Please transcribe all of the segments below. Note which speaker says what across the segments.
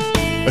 Speaker 1: A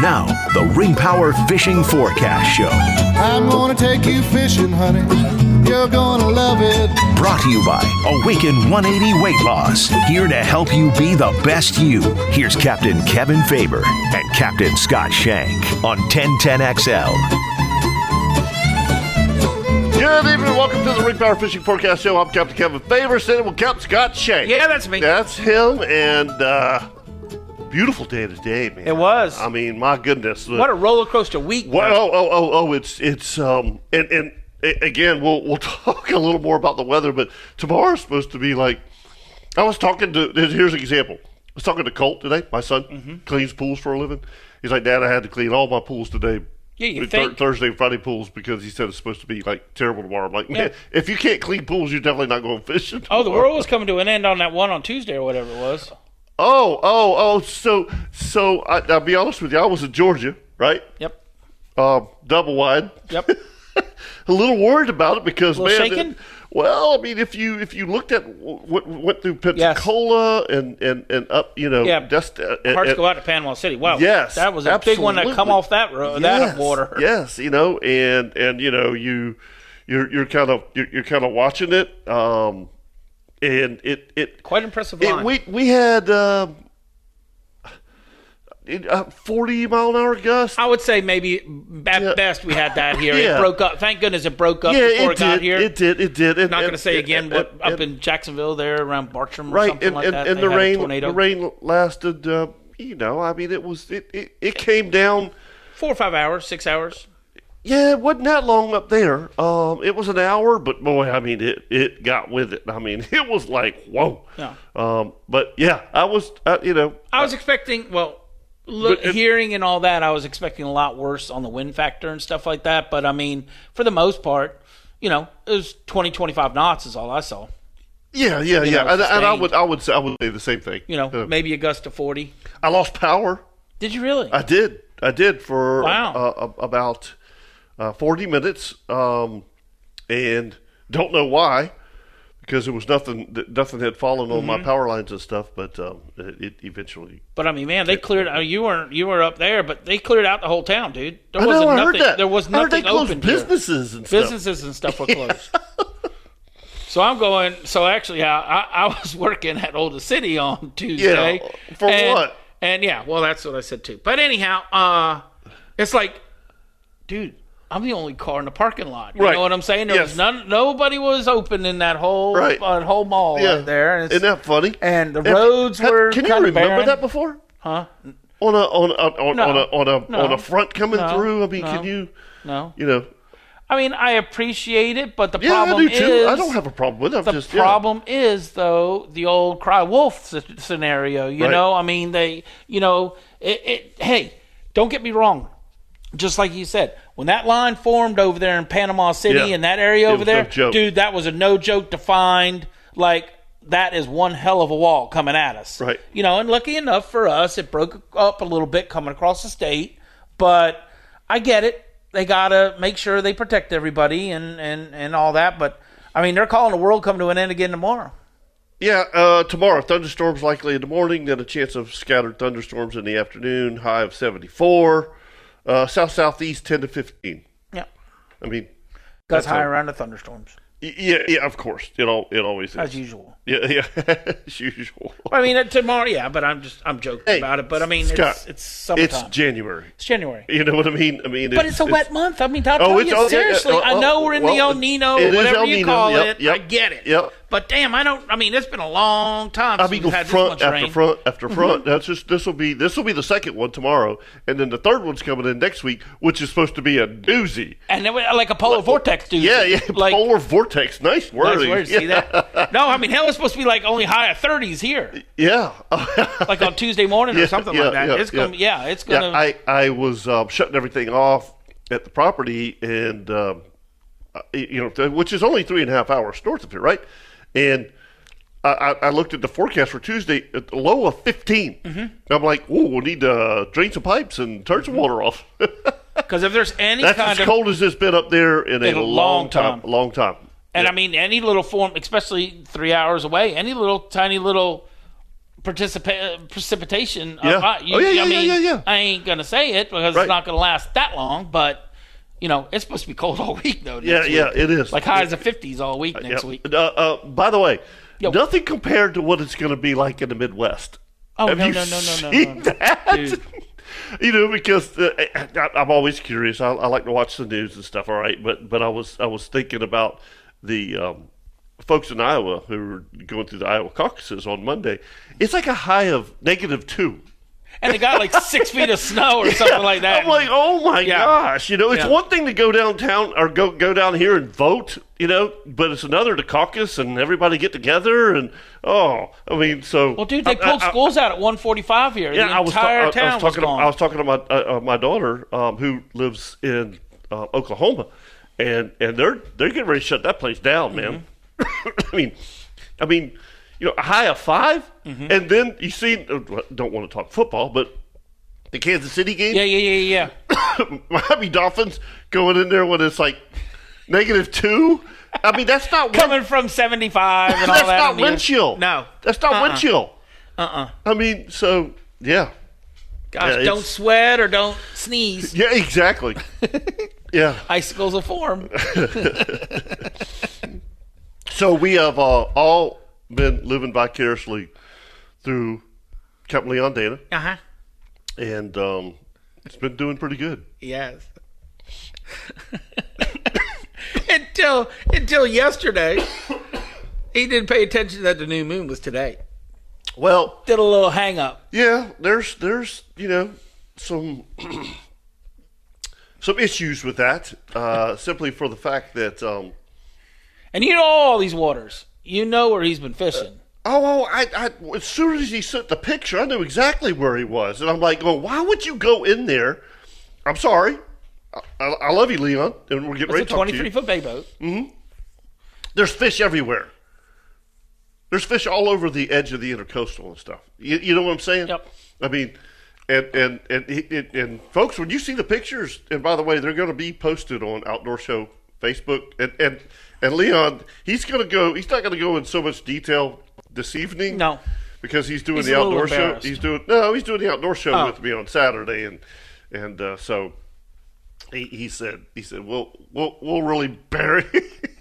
Speaker 2: Now, the Ring Power Fishing Forecast Show,
Speaker 3: I'm gonna take you fishing, honey. You're gonna love it.
Speaker 2: brought to you by Awaken 180 Weight Loss, here to help you be the best you. Here's Captain Kevin Faber and Captain Scott Shank on 1010XL.
Speaker 1: Good evening, welcome to the Ring Power Fishing Forecast Show. I'm Captain Kevin Favor, sitting with Captain Scott Shank.
Speaker 4: Yeah, that's me.
Speaker 1: That's him, and uh, beautiful day today, man.
Speaker 4: It was.
Speaker 1: I mean, my goodness.
Speaker 4: What a roller coaster week.
Speaker 1: What- oh, oh, oh, oh, it's it's um and and a- again we'll we'll talk a little more about the weather, but tomorrow's supposed to be like I was talking to here's an example. I was talking to Colt today. My son
Speaker 4: Mm-hmm.
Speaker 1: cleans pools for a living. He's like, Dad, I had to clean all my pools today.
Speaker 4: Yeah, you
Speaker 1: Thur-
Speaker 4: think.
Speaker 1: Thursday and Friday pools because he said it's supposed to be like terrible tomorrow. I'm like, man, if you can't clean pools, you're definitely not going fishing.
Speaker 4: Oh, the
Speaker 1: tomorrow."
Speaker 4: world was coming to an end on that one on Tuesday or whatever it was.
Speaker 1: Oh, oh, oh. So, so I, I'll be honest with you. I was in Georgia, right?
Speaker 4: Yep.
Speaker 1: Um, double wide.
Speaker 4: Yep.
Speaker 1: a little worried about it because
Speaker 4: little
Speaker 1: man,
Speaker 4: shaken?
Speaker 1: it- well, I mean, if you if you looked at what went through Pensacola and, and and up, you know,
Speaker 4: Yeah.
Speaker 1: dest- uh, and-
Speaker 4: Hearts
Speaker 1: and-
Speaker 4: go out to Panama City. Wow.
Speaker 1: Yes,
Speaker 4: That was a big one that come
Speaker 1: absolutely.
Speaker 4: off that ro-
Speaker 1: Yes,
Speaker 4: that water.
Speaker 1: Yes, you know, and and you know, you you're you're kind of you're, you're kind of watching it, um, and it it
Speaker 4: Quite impressive
Speaker 1: it,
Speaker 4: line.
Speaker 1: we we had um, it, uh, forty mile an hour gust.
Speaker 4: I would say maybe at best we had that here.
Speaker 1: Yeah.
Speaker 4: It broke up. Thank goodness it broke up
Speaker 1: yeah,
Speaker 4: before
Speaker 1: it
Speaker 4: it, got
Speaker 1: did,
Speaker 4: here.
Speaker 1: it did. It did. And-
Speaker 4: Not going to
Speaker 1: and-
Speaker 4: say
Speaker 1: and-
Speaker 4: again,
Speaker 1: and-
Speaker 4: but up
Speaker 1: and-
Speaker 4: in Jacksonville there around Bartram or
Speaker 1: right
Speaker 4: something
Speaker 1: and,
Speaker 4: like
Speaker 1: and,
Speaker 4: that.
Speaker 1: and
Speaker 4: they
Speaker 1: the
Speaker 4: had a
Speaker 1: rain
Speaker 4: tornado.
Speaker 1: the rain lasted uh, you know i mean it was it, it, it came down
Speaker 4: Four or five hours, six hours.
Speaker 1: yeah it wasn't that long up there um it was an hour but boy i mean it it got with it i mean it was like whoa
Speaker 4: Yeah.
Speaker 1: um but yeah i was uh, you know
Speaker 4: I was expecting, well, look,
Speaker 1: But it-
Speaker 4: hearing and all that, I was expecting a lot worse on the wind factor and stuff like that. But I mean, for the most part, you know, it was 20, 25 knots is all I saw.
Speaker 1: yeah yeah yeah
Speaker 4: know,
Speaker 1: and, and i
Speaker 4: sustained.
Speaker 1: would i would say i would say the same thing
Speaker 4: You know,
Speaker 1: Uh,
Speaker 4: maybe a gust of 40.
Speaker 1: i lost power
Speaker 4: Did you really?
Speaker 1: I did. I did for
Speaker 4: Wow.
Speaker 1: uh, a- about uh, 40 minutes, um, and don't know why, because there was nothing. th- Nothing had fallen on
Speaker 4: Mm-hmm.
Speaker 1: my power lines and stuff, but um, it, it eventually.
Speaker 4: but I mean, man, they cleared. Oh, you weren't. You were up there, but they cleared out the whole town, dude. There
Speaker 1: I
Speaker 4: wasn't
Speaker 1: know. I
Speaker 4: nothing.
Speaker 1: heard that
Speaker 4: There was
Speaker 1: I heard they
Speaker 4: nothing
Speaker 1: closed
Speaker 4: open. here.
Speaker 1: businesses and stuff.
Speaker 4: businesses and stuff were closed. so I'm going. So actually, I, I, I was working at Old City on Tuesday.
Speaker 1: for
Speaker 4: and-
Speaker 1: what?
Speaker 4: And yeah, well, that's what I said too. But anyhow, uh, it's like, dude, I'm the only car in the parking lot. You
Speaker 1: Right.
Speaker 4: know what I'm saying? There
Speaker 1: Yes.
Speaker 4: was none. Nobody was open in that whole
Speaker 1: Right.
Speaker 4: uh, whole mall
Speaker 1: Yeah.
Speaker 4: right there. And it's-
Speaker 1: Isn't that funny?
Speaker 4: and the
Speaker 1: If-
Speaker 4: roads
Speaker 1: have-
Speaker 4: were
Speaker 1: Can you
Speaker 4: kinda
Speaker 1: remember
Speaker 4: barren.
Speaker 1: that before?
Speaker 4: huh?
Speaker 1: On a on a, on,
Speaker 4: No.
Speaker 1: on a on a
Speaker 4: No.
Speaker 1: on a front coming
Speaker 4: No.
Speaker 1: through. I mean,
Speaker 4: No.
Speaker 1: can you?
Speaker 4: No.
Speaker 1: You know.
Speaker 4: I mean, I appreciate it, but the
Speaker 1: Yeah, I
Speaker 4: problem
Speaker 1: do too.
Speaker 4: is
Speaker 1: I don't have a problem with. it. I'm
Speaker 4: the
Speaker 1: just yeah.
Speaker 4: problem is though the old cry wolf s- scenario you
Speaker 1: Right.
Speaker 4: know i mean they you know it, it hey don't get me wrong just like you said when that line formed over there in panama city
Speaker 1: Yeah.
Speaker 4: and that area
Speaker 1: It
Speaker 4: over
Speaker 1: was no
Speaker 4: there
Speaker 1: joke.
Speaker 4: dude that was a no joke to find like that is one hell of a wall coming at us
Speaker 1: Right.
Speaker 4: you know and lucky enough for us it broke up a little bit coming across the state but i get it they gotta make sure they protect everybody and and and all that but i mean they're calling the world come to an end again tomorrow
Speaker 1: Yeah, uh, tomorrow thunderstorms likely in the morning, then a chance of scattered thunderstorms in the afternoon. High of seventy four, uh, south southeast ten to fifteen.
Speaker 4: yeah
Speaker 1: I mean,
Speaker 4: That's
Speaker 1: all.
Speaker 4: high around the thunderstorms
Speaker 1: y- yeah, yeah, of course, it all it always is.
Speaker 4: as usual
Speaker 1: Yeah, yeah, as usual.
Speaker 4: I mean, uh, tomorrow, yeah, but I'm just I'm joking
Speaker 1: Hey,
Speaker 4: about it. But I mean,
Speaker 1: Scott,
Speaker 4: it's it's summertime.
Speaker 1: It's January.
Speaker 4: It's January.
Speaker 1: You know what I mean? I mean,
Speaker 4: But it's a wet month. I mean, I'll tell you
Speaker 1: Oh, okay.
Speaker 4: seriously.
Speaker 1: Uh,
Speaker 4: I
Speaker 1: uh,
Speaker 4: know we're in
Speaker 1: well,
Speaker 4: the El Nino,
Speaker 1: it is
Speaker 4: whatever
Speaker 1: El
Speaker 4: you
Speaker 1: Nino.
Speaker 4: call
Speaker 1: Yep,
Speaker 4: it.
Speaker 1: yep,
Speaker 4: I get it.
Speaker 1: Yep.
Speaker 4: But damn, I don't. I mean, it's been a long time
Speaker 1: I
Speaker 4: since
Speaker 1: mean,
Speaker 4: we've had
Speaker 1: front
Speaker 4: this much
Speaker 1: after
Speaker 4: rain.
Speaker 1: front after
Speaker 4: Mm-hmm.
Speaker 1: front. That's just this will be this will be the second one tomorrow, and then the third one's coming in next week, which is supposed to be a doozy.
Speaker 4: And then we- like a polar vortex, dude.
Speaker 1: Yeah, yeah.
Speaker 4: Like
Speaker 1: polar vortex. Nice
Speaker 4: nice
Speaker 1: wording.
Speaker 4: words,
Speaker 1: yeah.
Speaker 4: See that? No, I mean, hell, it's supposed to be like only high of thirties here,
Speaker 1: Yeah.
Speaker 4: like on Tuesday morning
Speaker 1: Yeah,
Speaker 4: or something
Speaker 1: yeah,
Speaker 4: like that.
Speaker 1: yeah,
Speaker 4: it's gonna,
Speaker 1: yeah.
Speaker 4: yeah, it's
Speaker 1: Yeah,
Speaker 4: gonna.
Speaker 1: I, I was um, shutting everything off at the property, and um, uh, you know, th- which is only three and a half hours north of here, right? And I, I I looked at the forecast for Tuesday, at the low of 15
Speaker 4: Mm-hmm.
Speaker 1: And I'm like, oh, we'll need to drain some pipes and turn some water off.
Speaker 4: Because if there's any
Speaker 1: That's
Speaker 4: Mm-hmm.
Speaker 1: as
Speaker 4: kind of
Speaker 1: cold as it's been up there in,
Speaker 4: In
Speaker 1: a
Speaker 4: a
Speaker 1: long
Speaker 4: long
Speaker 1: time.
Speaker 4: time.
Speaker 1: Long time.
Speaker 4: And I mean, any little form, especially three hours away, any little tiny little participa- uh, precipitation. of
Speaker 1: Yeah.
Speaker 4: I-
Speaker 1: Oh, yeah, yeah,
Speaker 4: I
Speaker 1: yeah,
Speaker 4: mean,
Speaker 1: yeah, yeah.
Speaker 4: I ain't gonna say it because
Speaker 1: Right.
Speaker 4: it's not gonna last that long. But you know, it's supposed to be cold all week though.
Speaker 1: Yeah,
Speaker 4: Next
Speaker 1: yeah,
Speaker 4: week.
Speaker 1: it is.
Speaker 4: Like highs of fifties all week next
Speaker 1: Yeah.
Speaker 4: week.
Speaker 1: Uh, uh, by the way,
Speaker 4: Yo.
Speaker 1: nothing compared to what it's going to be like in the Midwest.
Speaker 4: Oh,
Speaker 1: Have
Speaker 4: no,
Speaker 1: you
Speaker 4: no, no, no, no,
Speaker 1: seen
Speaker 4: no.
Speaker 1: that?
Speaker 4: Dude.
Speaker 1: you know, because uh, I, I- I'm always curious. I, I like to watch the news and stuff. All right, but but I was I was thinking about the um, folks in Iowa who were going through the Iowa caucuses on Monday. It's like a high of negative two.
Speaker 4: And they got like six feet of snow or something like that.
Speaker 1: I'm like, oh my
Speaker 4: Yeah.
Speaker 1: gosh! You know, it's
Speaker 4: Yeah.
Speaker 1: one thing to go downtown or go go down here and vote, you know, but it's another to caucus and everybody get together and oh, I mean, so
Speaker 4: well, dude, they
Speaker 1: I- I-
Speaker 4: pulled
Speaker 1: I-
Speaker 4: schools out at one forty-five here.
Speaker 1: yeah,
Speaker 4: the
Speaker 1: I was, ta-
Speaker 4: entire
Speaker 1: I- I was
Speaker 4: town was,
Speaker 1: talking.
Speaker 4: gone.
Speaker 1: to, I was talking to my uh, uh, my daughter um, who lives in uh, Oklahoma, and and they're they're getting ready to shut that place down, man.
Speaker 4: Mm-hmm.
Speaker 1: I mean, I mean, you know, a high of 5
Speaker 4: Mm-hmm.
Speaker 1: and then you see. uh, Don't want to talk football, but the Kansas City game.
Speaker 4: yeah, yeah, yeah, yeah.
Speaker 1: Miami Dolphins going in there when it's like negative two. I mean, that's not wind,
Speaker 4: Coming from seventy-five and all
Speaker 1: that's
Speaker 4: that.
Speaker 1: not
Speaker 4: in the-
Speaker 1: wind chill.
Speaker 4: No,
Speaker 1: that's not
Speaker 4: Uh-uh.
Speaker 1: wind chill.
Speaker 4: Uh uh
Speaker 1: I mean, so yeah,
Speaker 4: Gosh,
Speaker 1: Yeah, it's-
Speaker 4: don't sweat or don't sneeze.
Speaker 1: yeah, exactly. yeah.
Speaker 4: Icicles will form.
Speaker 1: So we have uh, all been living vicariously through Captain Leon Dana,
Speaker 4: Uh huh.
Speaker 1: and um, it's been doing pretty good.
Speaker 4: Yes. until until yesterday, he didn't pay attention that the new moon was today.
Speaker 1: Well,
Speaker 4: Did a little hang up.
Speaker 1: Yeah, there's there's you know some some issues with that. Uh, simply for the fact that um,
Speaker 4: And you know all these waters. You know where he's been fishing.
Speaker 1: oh, oh I, I as soon as he sent the picture, I knew exactly where he was, and I'm like, going, why would you go in there? I'm sorry. I, I, I love you, Leon, and we're getting
Speaker 4: It's
Speaker 1: ready
Speaker 4: a
Speaker 1: to talk Uh, to you. Mm-hmm.
Speaker 4: twenty-three foot bay boat.
Speaker 1: There's fish everywhere. There's fish all over the edge of the intercoastal and stuff. You, you know what I'm saying?
Speaker 4: Yep.
Speaker 1: I mean, and and and and, and folks, when you see the pictures, and by the way, they're going to be posted on Outdoor Show Facebook, and and and Leon, he's going to go. He's not going to go in so much detail this evening.
Speaker 4: No.
Speaker 1: Because he's doing
Speaker 4: He's
Speaker 1: the
Speaker 4: a little
Speaker 1: outdoor show.
Speaker 4: embarrassed.
Speaker 1: He's doing no, he's doing the outdoor show
Speaker 4: Oh.
Speaker 1: with me on Saturday, and and uh, so he, he said he said we'll we'll we'll really bury.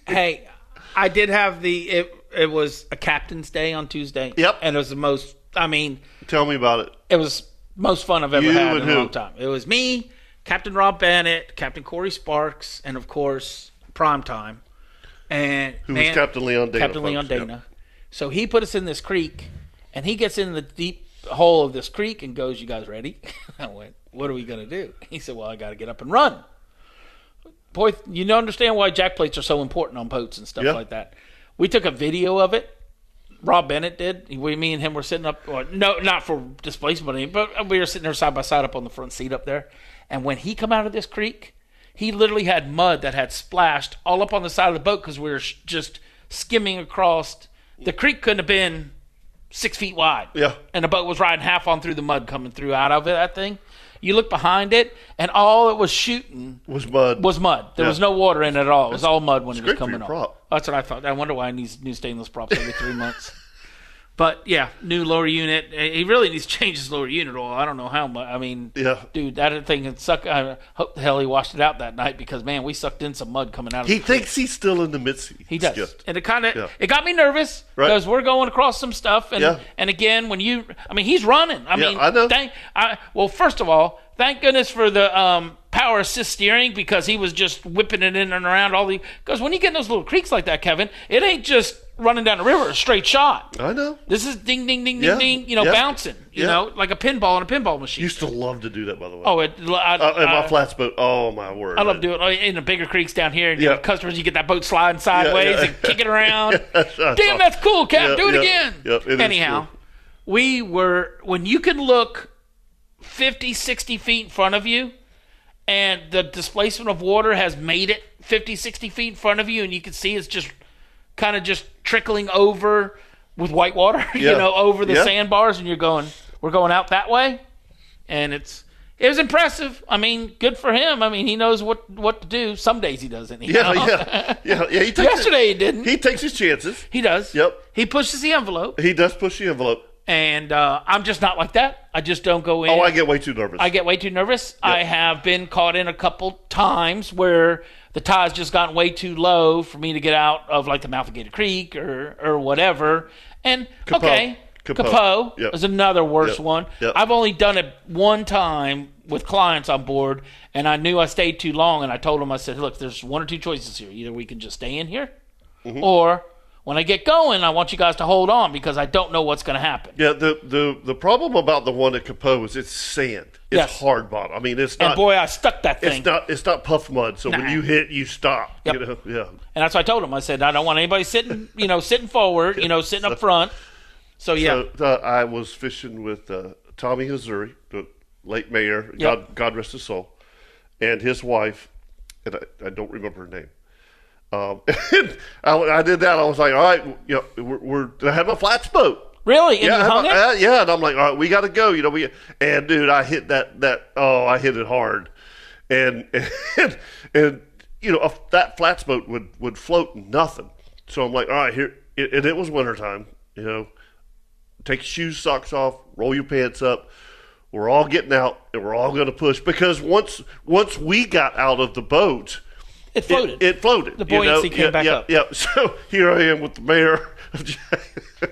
Speaker 4: Hey, I did have the it. It was a captain's day on Tuesday.
Speaker 1: Yep.
Speaker 4: And it was the most. I mean,
Speaker 1: Tell me about it.
Speaker 4: it was most fun I've ever
Speaker 1: You
Speaker 4: had
Speaker 1: and
Speaker 4: in
Speaker 1: who?
Speaker 4: a long time. It was me, Captain Rob Bennett, Captain Corey Sparks, and of course Primetime. And who
Speaker 1: was Captain Leon Dana,
Speaker 4: Captain
Speaker 1: folks,
Speaker 4: Leon
Speaker 1: yep.
Speaker 4: Dana. So he put us in this creek, and he gets in the deep hole of this creek and goes, "You guys ready?" I went, "What are we gonna do?" He said, "Well, I got to get up and run." Boy, you don't understand why jack plates are so important on boats and stuff
Speaker 1: Yeah.
Speaker 4: like that. We took a video of it Rob Bennett did. We, me and him were sitting up. Or, no, not for displacement, but we were sitting there side by side up on the front seat up there. And when he come out of this creek, he literally had mud that had splashed all up on the side of the boat because we were sh- just skimming across. The creek couldn't have been six feet wide.
Speaker 1: Yeah.
Speaker 4: And the boat was riding half on through the mud coming through out of it. That thing. You look behind it, and all it was shooting
Speaker 1: Was mud.
Speaker 4: was mud. There
Speaker 1: Yeah.
Speaker 4: was no water in it at all. It was all mud when it was
Speaker 1: great for
Speaker 4: coming
Speaker 1: your
Speaker 4: off.
Speaker 1: prop.
Speaker 4: That's what I thought. I wonder why I need new stainless props every three months. But yeah, new lower unit. He really needs to change his lower unit oil. I don't know how much. I mean,
Speaker 1: Yeah.
Speaker 4: dude, that thing can suck. I hope the hell he washed it out that night because man, we sucked in some mud coming out of
Speaker 1: He
Speaker 4: the-
Speaker 1: thinks he's still in the midst.
Speaker 4: He does, and it kind of
Speaker 1: Yeah.
Speaker 4: it got me nervous
Speaker 1: Right.
Speaker 4: because we're going across some stuff, and
Speaker 1: Yeah.
Speaker 4: and again when you, I mean, he's running. I
Speaker 1: Yeah,
Speaker 4: mean,
Speaker 1: I know.
Speaker 4: Thank, I, well, first of all, thank goodness for the um, power assist steering because he was just whipping it in and around all the. Because when you get in those little creeks like that, Kevin, it ain't just running down the river a straight shot.
Speaker 1: I know.
Speaker 4: This is ding ding ding ding
Speaker 1: Yeah.
Speaker 4: ding, you know,
Speaker 1: Yeah.
Speaker 4: bouncing, you
Speaker 1: Yeah.
Speaker 4: know, like a pinball in a pinball machine.
Speaker 1: Used to love to do that, by the way.
Speaker 4: oh, it, I,
Speaker 1: uh, and my
Speaker 4: I-
Speaker 1: flats boat. Oh my word!
Speaker 4: I love doing it in the bigger creeks down here. And you
Speaker 1: Yeah.
Speaker 4: know, customers, you get that boat sliding sideways
Speaker 1: yeah.
Speaker 4: and kick it around.
Speaker 1: That's what I thought.
Speaker 4: Damn, that's cool, Cap.
Speaker 1: Yeah,
Speaker 4: Do it
Speaker 1: yeah,
Speaker 4: again.
Speaker 1: yeah, it is
Speaker 4: Anyhow,
Speaker 1: cool.
Speaker 4: we were, when you can look 50, 60 feet in front of you, and the displacement of water has made it 50, 60 feet in front of you, and you can see it's just kind of just trickling over with white water,
Speaker 1: Yeah.
Speaker 4: you know, over the
Speaker 1: Yeah.
Speaker 4: sandbars, and you're going, we're going out that way and it's it was impressive. I mean, good for him. I mean, he knows what what to do. Some days he doesn't. you
Speaker 1: Yeah,
Speaker 4: know?
Speaker 1: yeah, yeah, yeah. He takes
Speaker 4: Yesterday he didn't.
Speaker 1: He takes his chances.
Speaker 4: He does.
Speaker 1: Yep.
Speaker 4: He pushes the envelope,
Speaker 1: He does push the envelope.
Speaker 4: and uh, I'm just not like that. I just don't go in.
Speaker 1: Oh, I get way too nervous.
Speaker 4: I get way too nervous. I have been caught in a couple times where the tie's just gotten way too low for me to get out of like the mouth of Gator Creek or or whatever. And
Speaker 1: Capot.
Speaker 4: okay, Capot,
Speaker 1: Yep.
Speaker 4: is another worse
Speaker 1: Yep.
Speaker 4: one.
Speaker 1: Yep.
Speaker 4: I've only done it one time with clients on board, and I knew I stayed too long. And I told them, I said, "Look, there's one or two choices here. Either we can just stay in here,
Speaker 1: Mm-hmm.
Speaker 4: or." When I get going, I want you guys to hold on because I don't know what's going to happen.
Speaker 1: Yeah, the, the the problem about the one at Capot is it's sand. It's
Speaker 4: Yes.
Speaker 1: hard bottom. I mean, it's
Speaker 4: And
Speaker 1: not.
Speaker 4: boy, I stuck that thing.
Speaker 1: it's not. It's not puff mud. So when
Speaker 4: Nah.
Speaker 1: you hit, you stop.
Speaker 4: Yep.
Speaker 1: You know. Yeah.
Speaker 4: And that's what I told him. I said, I don't want anybody sitting, you know, sitting forward, you know, sitting up front. So yeah,
Speaker 1: So uh, I was fishing with uh, Tommy Hazuri, the late mayor. God, God rest his soul, and his wife, and I, I don't remember her name. Um, I, I did that. I was like, all right, you know, we're, we're and I had my flats boat.
Speaker 4: really, and
Speaker 1: Yeah,
Speaker 4: you
Speaker 1: I
Speaker 4: hung
Speaker 1: had
Speaker 4: it.
Speaker 1: my- uh, yeah, and I'm like, all right, we got to go. You know, we and dude, I hit that that oh, I hit it hard, and and, and you know a, that flats boat would would float nothing. So I'm like, all right, here, it, and it was wintertime. You know, take your shoes, socks off, roll your pants up. We're all getting out, and we're all going to push because once once we got out of the boat,
Speaker 4: it floated.
Speaker 1: it, it floated. The
Speaker 4: buoyancy came
Speaker 1: yeah,
Speaker 4: back
Speaker 1: yeah,
Speaker 4: up.
Speaker 1: Yeah. So here I am with the mayor, of Jack-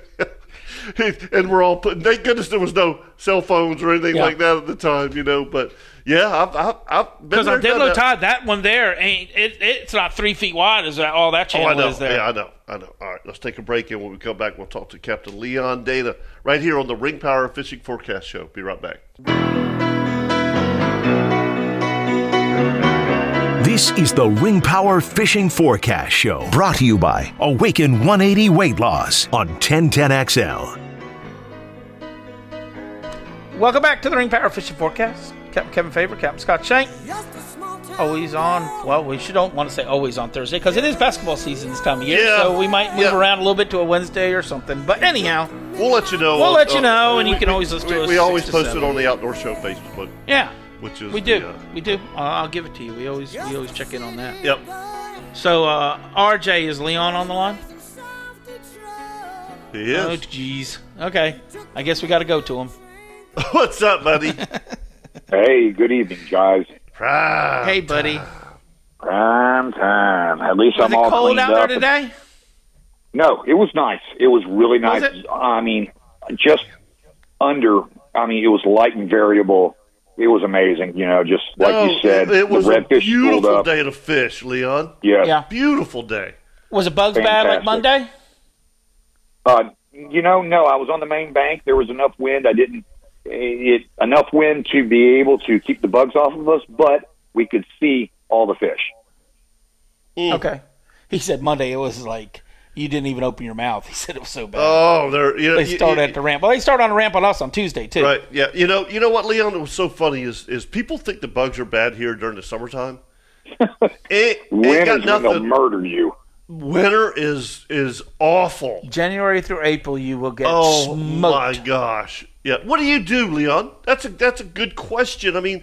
Speaker 1: and we're all putting. Thank goodness there was no cell phones or anything
Speaker 4: Yeah.
Speaker 1: like that at the time, you know. But yeah, I've I've, I've been
Speaker 4: because
Speaker 1: there,
Speaker 4: on dead
Speaker 1: done
Speaker 4: low
Speaker 1: that.
Speaker 4: tide, that one there ain't it, it's not three feet wide. Is that all that
Speaker 1: Oh,
Speaker 4: channel
Speaker 1: I know.
Speaker 4: is there?
Speaker 1: Yeah, I know. I know. All right, let's take a break, and when we come back, we'll talk to Captain Leon Data right here on the Ring Power Fishing Forecast Show. Be right back.
Speaker 2: This is the Ring Power Fishing Forecast Show, brought to you by Awaken 180 Weight Loss on 1010XL.
Speaker 4: Welcome back to the Ring Power Fishing Forecast. Captain Kevin Favor, Captain Scott Shank, always Oh, on. Well, we should don't want to say always on Thursday because it is basketball season this time of year,
Speaker 1: Yeah.
Speaker 4: so we might move
Speaker 1: Yeah.
Speaker 4: around a little bit to a Wednesday or something. But anyhow,
Speaker 1: We'll let you know.
Speaker 4: We'll
Speaker 1: on- uh,
Speaker 4: let you
Speaker 1: on-
Speaker 4: know, and you can always listen to
Speaker 1: we-
Speaker 4: us
Speaker 1: We
Speaker 4: six
Speaker 1: always
Speaker 4: to
Speaker 1: post it
Speaker 4: seven.
Speaker 1: on the Outdoor Show Facebook,
Speaker 4: yeah,
Speaker 1: which is
Speaker 4: we do,
Speaker 1: the, uh,
Speaker 4: we do. Uh, I'll give it to you. We always we always check in on that.
Speaker 1: yep.
Speaker 4: So uh, RJ is Leon on the line?
Speaker 1: It is.
Speaker 4: Oh jeez. Okay. I guess we got to go to him.
Speaker 1: What's up, buddy?
Speaker 5: Hey, good evening, guys.
Speaker 1: Prime.
Speaker 4: Hey buddy.
Speaker 5: Prime time. At least
Speaker 4: Was
Speaker 5: I'm
Speaker 4: it
Speaker 5: all
Speaker 4: cold
Speaker 5: cleaned
Speaker 4: out
Speaker 5: up.
Speaker 4: there today?
Speaker 5: No, it was nice. It was really
Speaker 4: Was
Speaker 5: nice.
Speaker 4: it?
Speaker 5: I mean, just under. I mean, it was light and variable. It was amazing. You know, just like
Speaker 1: No,
Speaker 5: you said,
Speaker 1: it, Oh, it was
Speaker 5: the
Speaker 1: a
Speaker 5: redfish pulled
Speaker 1: beautiful
Speaker 5: up.
Speaker 1: day to fish, Leon.
Speaker 5: Yeah.
Speaker 4: Yeah.
Speaker 1: Beautiful day.
Speaker 4: Was it bugs bad like
Speaker 5: Fantastic.
Speaker 4: Monday?
Speaker 5: Uh, you know, no, I was on the main bank. There was enough wind. I didn't it enough wind to be able to keep the bugs off of us, but we could see all the fish.
Speaker 4: Okay. He said Monday it was like you didn't even open your mouth. He said it was so bad.
Speaker 1: Oh, there. You know,
Speaker 4: they
Speaker 1: you-
Speaker 4: start
Speaker 1: you-
Speaker 4: at the ramp. Well, they start on the ramp on us on Tuesday too.
Speaker 1: Right. Yeah. You know. You know what, Leon? It was so funny is is people think the bugs are bad here during the summertime. It, it got
Speaker 5: Winter's when they'll
Speaker 1: nothing.
Speaker 5: murder you.
Speaker 1: Winter is is awful.
Speaker 4: January through April, you will get
Speaker 1: Oh my
Speaker 4: smoked.
Speaker 1: gosh! Yeah, what do you do, Leon? That's a that's a good question. I mean,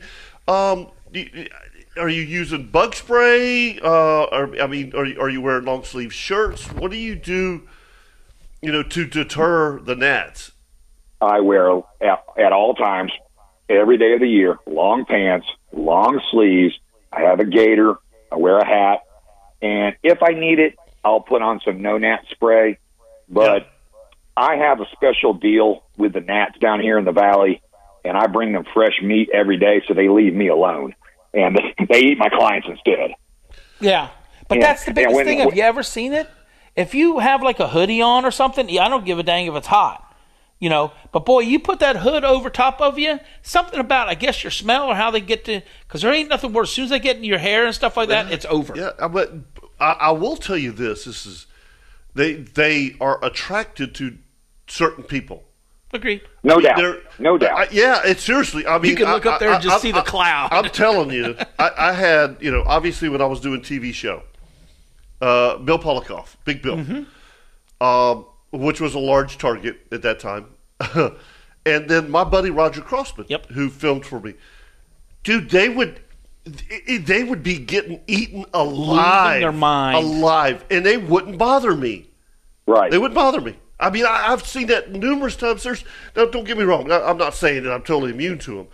Speaker 1: um, y- y- are you using bug spray? Uh, or, I mean, are you- are you wearing long sleeve shirts? What do you do you know, to deter the gnats.
Speaker 5: I wear at, at all times, every day of the year, long pants, long sleeves. I have a gaiter. I wear a hat. And if I need it, I'll put on some no gnat spray. But I have a special deal with the gnats down here in the valley, and I bring them fresh meat every day so they leave me alone. And they eat my clients instead.
Speaker 4: Yeah, but
Speaker 5: Yeah,
Speaker 4: that's the
Speaker 5: yeah,
Speaker 4: biggest
Speaker 5: when-
Speaker 4: thing. Have you ever seen it? If you have like a hoodie on or something, yeah, I don't give a dang if it's hot, you know. But boy, you put that hood over top of you, something about I guess your smell or how they get to, because there ain't nothing worse. As soon as they get in your hair and stuff like that, it's over.
Speaker 1: Yeah, I- but I, I will tell you this: this is they they are attracted to certain people.
Speaker 4: Agreed.
Speaker 5: No doubt.
Speaker 1: They're-
Speaker 5: no doubt.
Speaker 1: I- yeah, it's seriously. I mean,
Speaker 4: can look
Speaker 1: I-
Speaker 4: up there and
Speaker 1: I-
Speaker 4: just
Speaker 1: I-
Speaker 4: see the
Speaker 1: I-
Speaker 4: cloud.
Speaker 1: I'm telling you, I, I had you know obviously when I was doing TV show, uh, Bill Polikoff, Big Bill, um, which was a large target at that time, and then my buddy Roger Crossman,
Speaker 4: Yep.
Speaker 1: who filmed for me, dude, they would. i- They would be getting eaten alive,
Speaker 4: their mind.
Speaker 1: alive, and they wouldn't bother me.
Speaker 5: right.
Speaker 1: They wouldn't bother me. I mean, I, I've seen that numerous times. There's now, don't get me wrong. I, I'm not saying that I'm totally immune to them,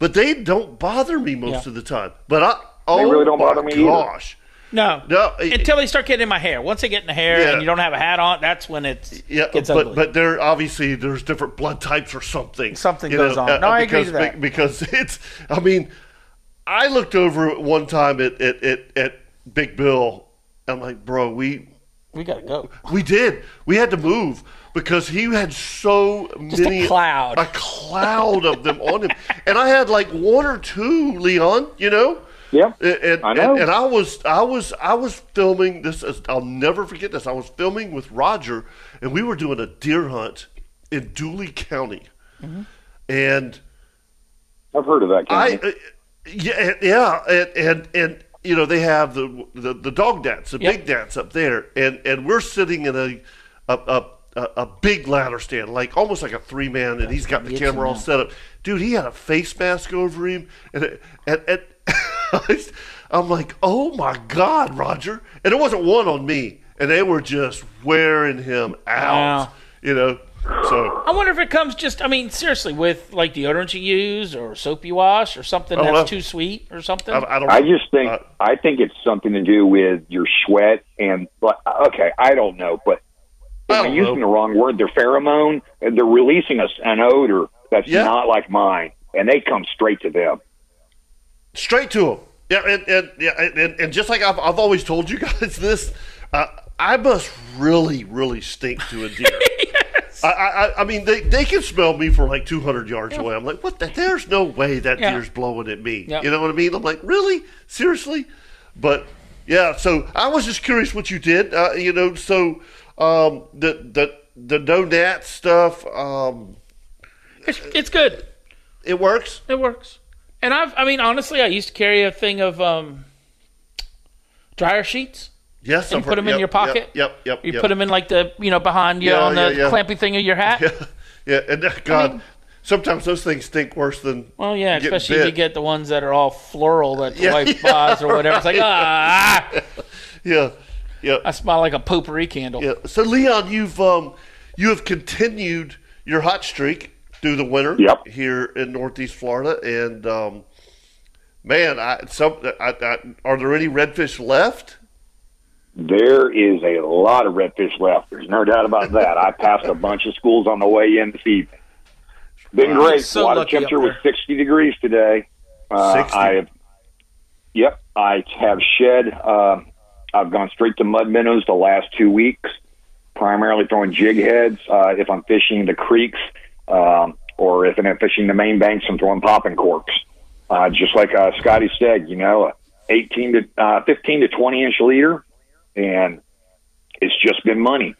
Speaker 1: but they don't bother me most
Speaker 4: Yeah.
Speaker 1: of the time. But I, oh
Speaker 5: really don't
Speaker 1: my
Speaker 5: bother me either.
Speaker 1: gosh,
Speaker 4: No,
Speaker 1: No, it-
Speaker 4: Until they start getting in my hair. Once they get in the hair
Speaker 1: Yeah.
Speaker 4: and you don't have a hat on, that's when it's
Speaker 1: yeah.
Speaker 4: gets
Speaker 1: but
Speaker 4: ugly.
Speaker 1: but there obviously there's different blood types or something. uh,
Speaker 4: Something goes on. No, I agree
Speaker 1: because,
Speaker 4: to that.
Speaker 1: be- because it's. I mean, I looked over at one time at at at, at Big Bill. I'm like, bro, we
Speaker 4: we gotta go.
Speaker 1: We did. We had to move because he had so
Speaker 4: Just a
Speaker 1: many
Speaker 4: cloud.
Speaker 1: a cloud of them on him, and I had like one or two, Leon. You know.
Speaker 5: Yeah,
Speaker 1: And, and,
Speaker 5: I know.
Speaker 1: And, I was, I was, I was filming this. is- I'll never forget this. I was filming with Roger, and we were doing a deer hunt in Dooley County,
Speaker 4: Mm-hmm.
Speaker 1: and
Speaker 5: I've heard of that.
Speaker 1: I,
Speaker 5: Kenny.
Speaker 1: uh, yeah, yeah, and, and and you know they have the the, the dog dance, the
Speaker 4: Yep.
Speaker 1: big dance up there, and and we're sitting in a a a, a, a big ladder stand, like almost like a three man, and he's got the camera all set up. Dude, he had a face mask over him, and it- and and. I'm like, oh my God, Roger! And it wasn't one on me, and they were just wearing him out,
Speaker 4: Wow.
Speaker 1: you know. So
Speaker 4: I wonder if it comes just. I mean, seriously, with like deodorant you use or soap you wash or something
Speaker 1: don't
Speaker 4: that's
Speaker 1: know.
Speaker 4: too sweet or something.
Speaker 1: Oh, I, I don't.
Speaker 5: I just think
Speaker 1: I-
Speaker 5: I think it's something to do with your sweat and like okay, I don't know, but
Speaker 1: I
Speaker 5: am I
Speaker 1: don't
Speaker 5: using
Speaker 1: know.
Speaker 5: the wrong word? They're pheromone and they're releasing us an odor that's
Speaker 1: Yeah.
Speaker 5: not like mine, and they come straight to them.
Speaker 1: straight to him. Yeah, and, and yeah, and- and, and just like I've, I've always told you guys this, uh, I must really, really stink to a deer. I, I, I- I mean, they, they can smell me from like 200 yards away. I'm like, what? The, there's no way that
Speaker 4: Yeah.
Speaker 1: deer's blowing at me.
Speaker 4: Yeah.
Speaker 1: You know what I mean? I'm like, really? Seriously? But yeah, so I was just curious what you did. Uh, you know, so um, the the the no gnat stuff, um,
Speaker 4: it's, it's good.
Speaker 1: it works.
Speaker 4: It works. And I've. I mean, honestly, I used to carry a thing of um, dryer sheets.
Speaker 1: Yes,
Speaker 4: and
Speaker 1: I've
Speaker 4: put
Speaker 1: heard-
Speaker 4: them in
Speaker 1: yep,
Speaker 4: your pocket.
Speaker 1: Yep, yep, yep.
Speaker 4: You
Speaker 1: yep.
Speaker 4: put them in like the you know behind you
Speaker 1: Yeah,
Speaker 4: on the
Speaker 1: yeah, yeah.
Speaker 4: clampy thing of your hat.
Speaker 1: yeah, yeah, and uh, God, sometimes those things stink worse than.
Speaker 4: Well, yeah,
Speaker 1: getting
Speaker 4: especially if you
Speaker 1: bit.
Speaker 4: get the ones that are all floral that the
Speaker 1: Yeah,
Speaker 4: wife
Speaker 1: yeah,
Speaker 4: buys or whatever. It's like ah,
Speaker 1: Yeah, yeah,
Speaker 4: I smell like a potpourri candle.
Speaker 1: yeah. So Leon, you've um, you have continued your hot streak through the winter
Speaker 5: Yep.
Speaker 1: here in Northeast Florida, and um, man, I some I, I, are there any redfish left?
Speaker 5: There is a lot of redfish left. There's no doubt about that. I passed a bunch of schools on the way in this evening. Been great.
Speaker 4: so
Speaker 5: Water
Speaker 4: lucky up
Speaker 5: temperature was
Speaker 4: there.
Speaker 5: 60 degrees today. Uh,
Speaker 1: 60?
Speaker 5: I have, yep, I have shed. Uh, I've gone straight to mud minnows the last two weeks, primarily throwing jig heads uh, if I'm fishing the creeks, um, or if I'm fishing the main banks, I'm throwing popping corks. Uh, just like uh, Scotty said, you know, 18 to uh, 15 to 20 inch leader, and it's just been money.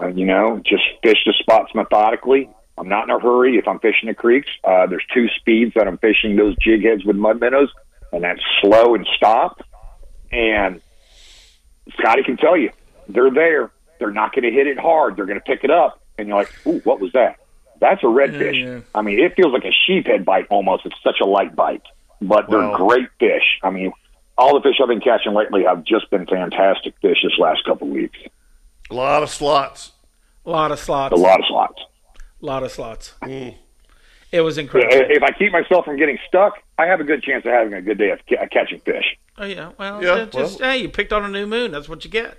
Speaker 5: Uh, you know, just fish the spots methodically. I'm not in a hurry if I'm fishing the creeks. Uh, there's two speeds that I'm fishing those jig heads with mud minnows, and that's slow and stop. And Scotty can tell you, they're there. They're not going to hit it hard. They're going to pick it up, and you're like, "Ooh, what was that? That's a redfish." I mean, it feels like a sheephead bite almost. It's such a light bite, but
Speaker 1: Wow.
Speaker 5: they're great fish. I mean, all the fish I've been catching lately have just been fantastic fish this last couple weeks.
Speaker 1: A lot of slots.
Speaker 4: A lot of slots.
Speaker 5: a lot of slots.
Speaker 4: lot of slots. Mm. It was
Speaker 5: Yeah,
Speaker 4: incredible.
Speaker 5: uh, If I keep myself from getting stuck, I have a good chance of having a good day of ca- catching fish.
Speaker 4: Oh yeah. Well,
Speaker 1: Yeah,
Speaker 4: it just hey, you picked on a new moon. That's what you get.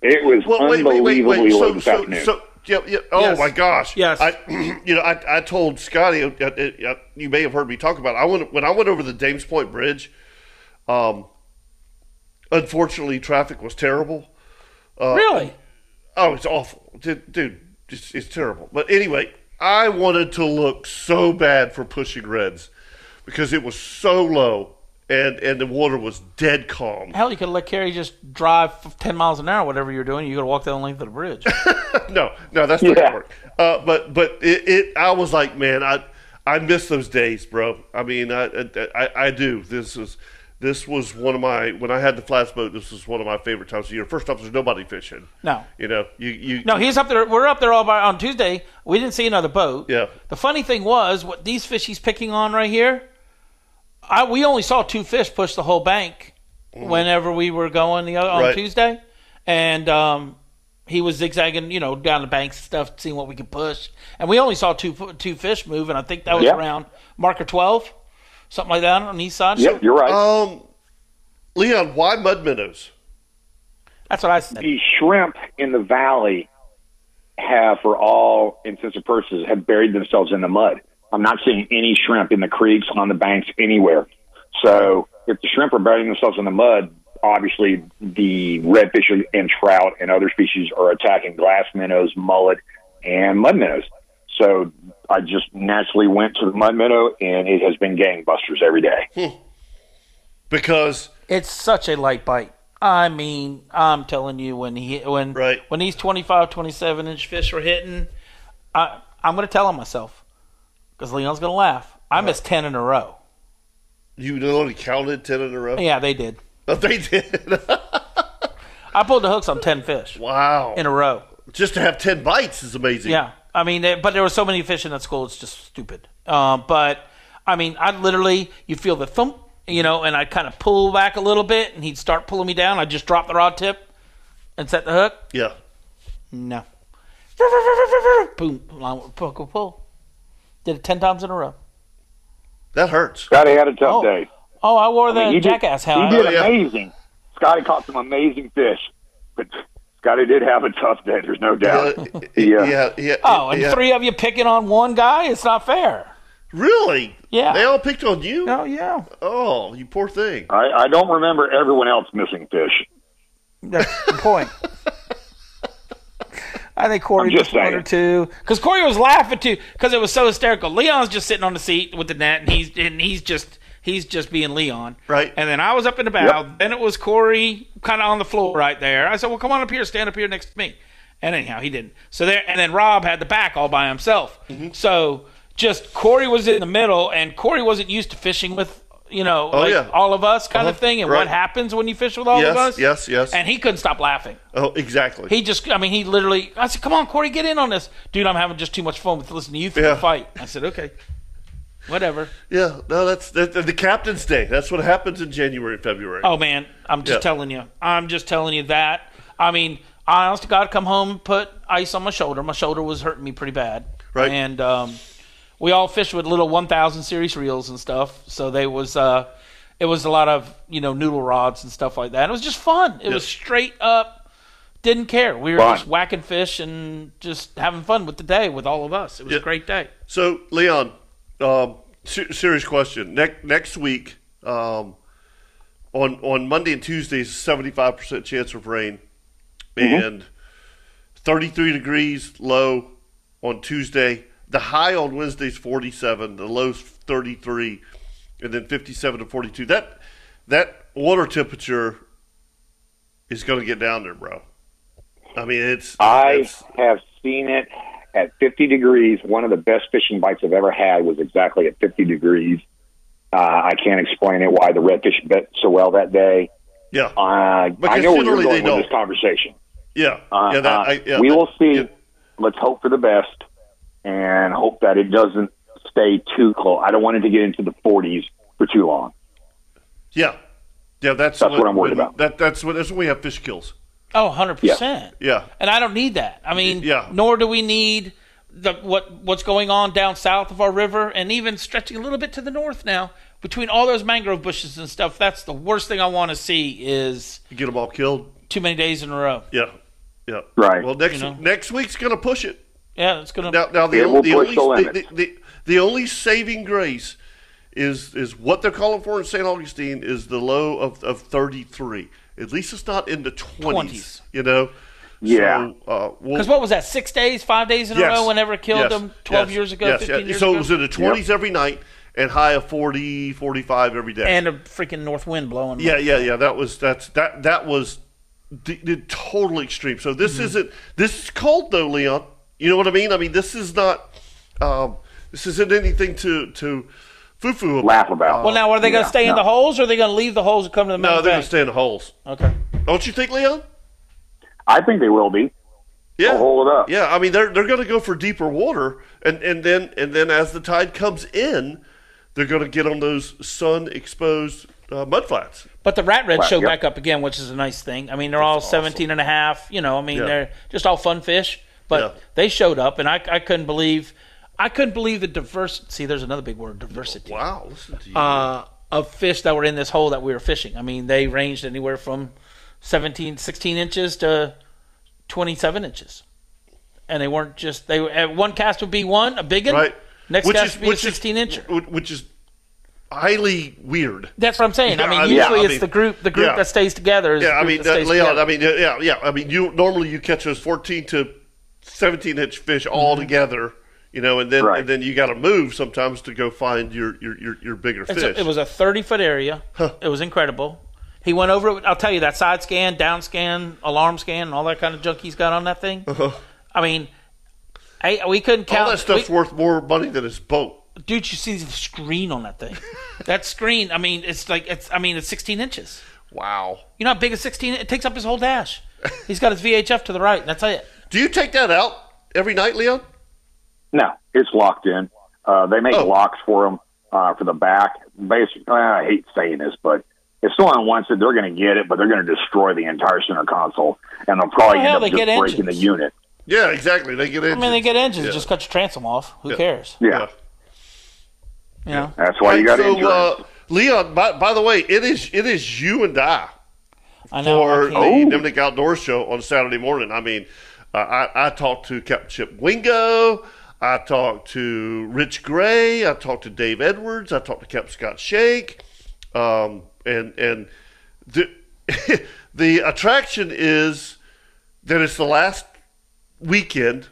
Speaker 5: It was
Speaker 1: Well, wait, wait,
Speaker 5: unbelievably
Speaker 1: wait, wait.
Speaker 5: low
Speaker 1: So,
Speaker 5: this
Speaker 1: so,
Speaker 5: afternoon.
Speaker 1: so, yeah, yeah. Oh
Speaker 4: Yes.
Speaker 1: my gosh.
Speaker 4: Yes.
Speaker 1: I, you know, I, I told Scotty. uh, uh, uh, You may have heard me talk about. It. I went when I went over the Dames Point Bridge. Um, unfortunately, traffic was terrible.
Speaker 4: really?
Speaker 1: Oh, it's awful, dude. dude it's, it's terrible. But anyway, I wanted to look so bad for pushing reds because it was so low and and the water was dead calm.
Speaker 4: Hell, you could let Carrie just drive f- ten miles an hour, whatever you're doing. You could walk the length of the bridge.
Speaker 1: no, no, that's not
Speaker 5: Yeah.
Speaker 1: gonna work. Uh, but but it, it, I was like, man, I I miss those days, bro. I mean, I, I- I I do. This is this was one of my when I had the flats boat. This was one of my favorite times of year. First off, there's nobody fishing.
Speaker 4: No.
Speaker 1: you know, you you
Speaker 4: No, he's up there. We're up there all by on Tuesday. We didn't see another boat.
Speaker 1: Yeah.
Speaker 4: The funny thing was, what these fish he's picking on right here, I we only saw two fish push the whole bank whenever we were going the other, on
Speaker 1: Right.
Speaker 4: Tuesday, and um, he was zigzagging, you know, down the banks and stuff, seeing what we could push, and we only saw two two fish move, and I think that was
Speaker 5: Yeah.
Speaker 4: around marker twelve, something like that on the east side.
Speaker 5: Yep, you're right.
Speaker 1: Um, Leon, why mud minnows?
Speaker 4: That's what I said.
Speaker 5: the shrimp in the valley have, for all intents and purposes, have buried themselves in the mud. I'm not seeing any shrimp in the creeks, on the banks, anywhere. So if the shrimp are burying themselves in the mud, obviously the redfish and trout and other species are attacking glass minnows, mullet, and mud minnows. So I just naturally went to the mud minnow, and it has been gangbusters every day.
Speaker 1: Because
Speaker 4: It's such a light bite. I mean, I'm telling you, when he when
Speaker 1: Right.
Speaker 4: when these 25, 27 inch fish are hitting, I I'm gonna tell on myself because Leon's gonna laugh. I missed ten in a row.
Speaker 1: you only counted ten in a row.
Speaker 4: Yeah, they did.
Speaker 1: They did.
Speaker 4: I pulled the hooks on ten fish
Speaker 1: wow.
Speaker 4: in a row.
Speaker 1: Just to have ten bites is amazing.
Speaker 4: Yeah, I mean, there- but there were so many fish in that school; it's just stupid. Um, but I mean, I literally you feel the thump, you know, and I kind of pull back a little bit, and he'd start pulling me down. I would just drop the rod tip and set the hook.
Speaker 1: Yeah.
Speaker 4: No. Boom. Long pull, pull, pull. Did it 10 times in a row.
Speaker 1: That hurts.
Speaker 5: Scotty had a tough
Speaker 4: Oh.
Speaker 5: day.
Speaker 4: Oh, I wore the
Speaker 5: mean, he did-
Speaker 4: jackass
Speaker 5: He
Speaker 4: hat.
Speaker 5: did
Speaker 1: Oh, yeah.
Speaker 5: amazing. Scotty caught some amazing fish, but Scotty did have a tough day. There's no doubt.
Speaker 1: yeah.
Speaker 5: Yeah.
Speaker 1: yeah, yeah,
Speaker 4: Oh, and
Speaker 1: yeah.
Speaker 4: three of you picking on one guy? It's not fair.
Speaker 1: Really?
Speaker 4: Yeah.
Speaker 1: They all picked on you?
Speaker 4: Oh, yeah.
Speaker 1: Oh, you poor thing.
Speaker 5: I, I don't remember everyone else missing fish.
Speaker 4: That's the point. I think Corey
Speaker 5: I'm just
Speaker 4: missed one
Speaker 5: saying.
Speaker 4: or two because Corey was laughing too because it was so hysterical. Leon's just sitting on the seat with the net, and he's and he's just he's just being Leon,
Speaker 1: Right.
Speaker 4: And then I was up in the bow. Then it was Corey kind of on the floor right there. I said, "Well, come on up here, stand up here next to me." And anyhow, he didn't. So there, and then Rob had the back all by himself.
Speaker 1: Mm-hmm.
Speaker 4: So just Corey was in the middle, and Corey wasn't used to fishing with you know like
Speaker 1: Oh, yeah.
Speaker 4: all of us kind of
Speaker 1: Uh-huh.
Speaker 4: thing, and
Speaker 1: Right.
Speaker 4: what happens when you fish with all
Speaker 1: Yes,
Speaker 4: of us.
Speaker 1: yes, yes.
Speaker 4: And he couldn't stop laughing.
Speaker 1: Oh, exactly.
Speaker 4: He just, I mean, he literally, I said, come on, Corey, get in on this. Dude, I'm having just too much fun with listening to you
Speaker 1: Yeah.
Speaker 4: yeah. fight. I said, okay, whatever.
Speaker 1: yeah, no, that's that, the captain's day. That's what happens in January and February.
Speaker 4: Oh, man, I'm just
Speaker 1: Yeah.
Speaker 4: telling you. I'm just telling you that. I mean, I honest to God, come home, put ice on my shoulder. My shoulder was hurting me pretty bad.
Speaker 1: Right.
Speaker 4: And um, we all fished with little 1,000 series reels and stuff. So they was, uh, it was a lot of, you know, noodle rods and stuff like that. It was just fun. It was straight up didn't care. We were
Speaker 5: Fun.
Speaker 4: just whacking fish and just having fun with the day with all of us. It was a great day.
Speaker 1: So, Leon, um, se- serious question. Ne- next week, um, on on Monday and Tuesdays, seventy five percent chance of rain,
Speaker 5: Mm-hmm.
Speaker 1: and thirty three degrees low on Tuesday. The high on Wednesday's forty seven. The low's thirty three, and then fifty seven to forty two. That that water temperature is going to get down there, bro. I mean, it's
Speaker 5: I
Speaker 1: it's-
Speaker 5: have seen it at 50 degrees. One of the best fishing bites I've ever had was exactly at 50 degrees. Uh, I can't explain it why the redfish bit so well that day.
Speaker 1: yeah,
Speaker 5: Uh, I
Speaker 1: Because
Speaker 5: know where you're
Speaker 1: generally
Speaker 5: going
Speaker 1: they
Speaker 5: with this
Speaker 1: don't.
Speaker 5: conversation.
Speaker 1: yeah,
Speaker 5: Uh,
Speaker 1: yeah, that,
Speaker 5: uh,
Speaker 1: I, yeah.
Speaker 5: we will see.
Speaker 1: yeah.
Speaker 5: Let's hope for the best and hope that it doesn't stay too close. I don't want it to get into the 40s for too long.
Speaker 1: Yeah, yeah. That's
Speaker 5: That's what I'm worried about.
Speaker 1: That that's what that's when we have fish kills.
Speaker 4: Oh, 100%.
Speaker 1: Yeah.
Speaker 4: And I don't need that. I mean,
Speaker 1: Yeah.
Speaker 4: nor do we need the what what's going on down south of our river and even stretching a little bit to the north now between all those mangrove bushes and stuff. That's the worst thing I want to see is
Speaker 1: You get them all killed.
Speaker 4: too many days in a row.
Speaker 1: Yeah. Yeah.
Speaker 5: Right.
Speaker 1: Well, next
Speaker 4: You know.
Speaker 1: next week's going to push it.
Speaker 4: Yeah, it's going to
Speaker 1: Now, now the,
Speaker 5: It will
Speaker 1: the only
Speaker 5: push the
Speaker 1: the,
Speaker 5: limits.
Speaker 1: the, the, the only saving grace is is what they're calling for in St. Augustine is the low of, of 33. At least it's not in the 20s.
Speaker 4: 20s.
Speaker 1: You know.
Speaker 5: Yeah.
Speaker 1: So, uh, we'll,
Speaker 4: Because what was that? Six days, five days in a row. Whenever it killed
Speaker 1: yes,
Speaker 4: them, twelve
Speaker 1: yes,
Speaker 4: years ago,
Speaker 1: yes,
Speaker 4: fifteen
Speaker 1: yes.
Speaker 4: years
Speaker 1: so
Speaker 4: ago.
Speaker 1: it was in the 20s every night and high of 40, 45 every day.
Speaker 4: and a freaking north wind blowing.
Speaker 1: Yeah, yeah, yeah. That was that's that that was the, the total extreme. So this isn't this is cold though, Leon. You know what I mean? I mean this is not um, this isn't anything to to foo foo about.
Speaker 5: Laugh about.
Speaker 4: Well, now are they going to
Speaker 5: Yeah,
Speaker 4: stay in
Speaker 5: no.
Speaker 4: the holes, or are they going to leave the holes and come to the
Speaker 1: No,
Speaker 4: main
Speaker 1: Uh, they're gonna
Speaker 4: bank?
Speaker 1: stay in the holes.
Speaker 4: okay.
Speaker 1: Don't you think, Leon?
Speaker 5: I think they will be.
Speaker 1: Yeah.
Speaker 5: They'll hold it up.
Speaker 1: Yeah, I mean they're they're gonna go for deeper water and, and then and then as the tide comes in, they're gonna get on those sun exposed uh, mud flats.
Speaker 4: But the rat red
Speaker 5: Wow,
Speaker 4: show
Speaker 5: yep.
Speaker 4: back up again, which is a nice thing. I mean, they're all seventeen and a half. 17 and a half. You know, I mean,
Speaker 1: Yeah.
Speaker 4: they're just all fun fish. But
Speaker 1: Yeah.
Speaker 4: they showed up, and I, I couldn't believe, I couldn't believe the diversity. See, there's another big word, diversity.
Speaker 1: Wow, listen to you.
Speaker 4: uh, of fish that were in this hole that we were fishing. I mean, they ranged anywhere from 17, 16 inches to 27 inches. And they weren't just, they were, uh, one cast would be one, a big one.
Speaker 1: right?
Speaker 4: Next
Speaker 1: Which
Speaker 4: cast
Speaker 1: is-
Speaker 4: would be a
Speaker 1: which is-
Speaker 4: 16 incher.
Speaker 1: wh- Which is highly weird.
Speaker 4: That's what I'm saying.
Speaker 1: Yeah,
Speaker 4: I
Speaker 1: I
Speaker 4: mean,
Speaker 1: mean,
Speaker 4: usually
Speaker 1: yeah, I
Speaker 4: it's
Speaker 1: mean,
Speaker 4: the group, the group
Speaker 1: yeah.
Speaker 4: that stays together. Is the
Speaker 1: Yeah, I
Speaker 4: group
Speaker 1: mean,
Speaker 4: that
Speaker 1: that,
Speaker 4: stays
Speaker 1: Leon.
Speaker 4: together.
Speaker 1: I mean, yeah, yeah. I mean, you normally you catch those fourteen to seventeen inch fish all
Speaker 4: Mm-hmm.
Speaker 1: together, you know, and then
Speaker 5: Right.
Speaker 1: and then you got to move sometimes to go find your your your, your bigger
Speaker 4: It's
Speaker 1: fish.
Speaker 4: a- it was a 30 foot area. It was incredible. He went over it. I'll tell you that side scan, down scan, alarm scan, and all that kind of junk he's got on that thing. I mean, I, we couldn't count.
Speaker 1: Uh-huh. all that
Speaker 4: we-
Speaker 1: stuff's worth more money than his boat.
Speaker 4: dude, you see the screen on that thing. that screen, I mean, it's like it's. I mean, it's 16 inches.
Speaker 1: Wow.
Speaker 4: You know how big a 16? It takes up his whole dash. He's got his VHF to the right. And that's it.
Speaker 1: Do you take that out every night, Leon?
Speaker 5: No, it's locked in. Uh, they make
Speaker 1: Oh.
Speaker 5: locks for them uh, for the back. Basically, I hate saying this, but if someone wants it, they're going to get it, but they're going to destroy the entire center console, and they'll probably
Speaker 4: Oh,
Speaker 5: end
Speaker 4: hell,
Speaker 5: up
Speaker 4: they
Speaker 5: just
Speaker 4: get
Speaker 5: breaking the
Speaker 4: engines.
Speaker 5: unit.
Speaker 1: Yeah, exactly. They get
Speaker 4: I
Speaker 1: engines.
Speaker 4: mean, they get engines.
Speaker 1: Yeah.
Speaker 4: Just cut your transom off. Who cares?
Speaker 5: Yeah,
Speaker 1: Yeah.
Speaker 4: You know?
Speaker 5: that's why you got
Speaker 1: so,
Speaker 5: insurance.
Speaker 1: uh, Leon. By, by the way, it is it is you and I.
Speaker 4: I know. I
Speaker 1: for the
Speaker 4: can't-
Speaker 1: Dominic Outdoor Show on Saturday morning. I mean, uh, I, I talked to Captain Chip Wingo. I talked to Rich Gray. I talked to Dave Edwards. I talked to Captain Scott Shake. Um, and and the the attraction is that it's the last weekend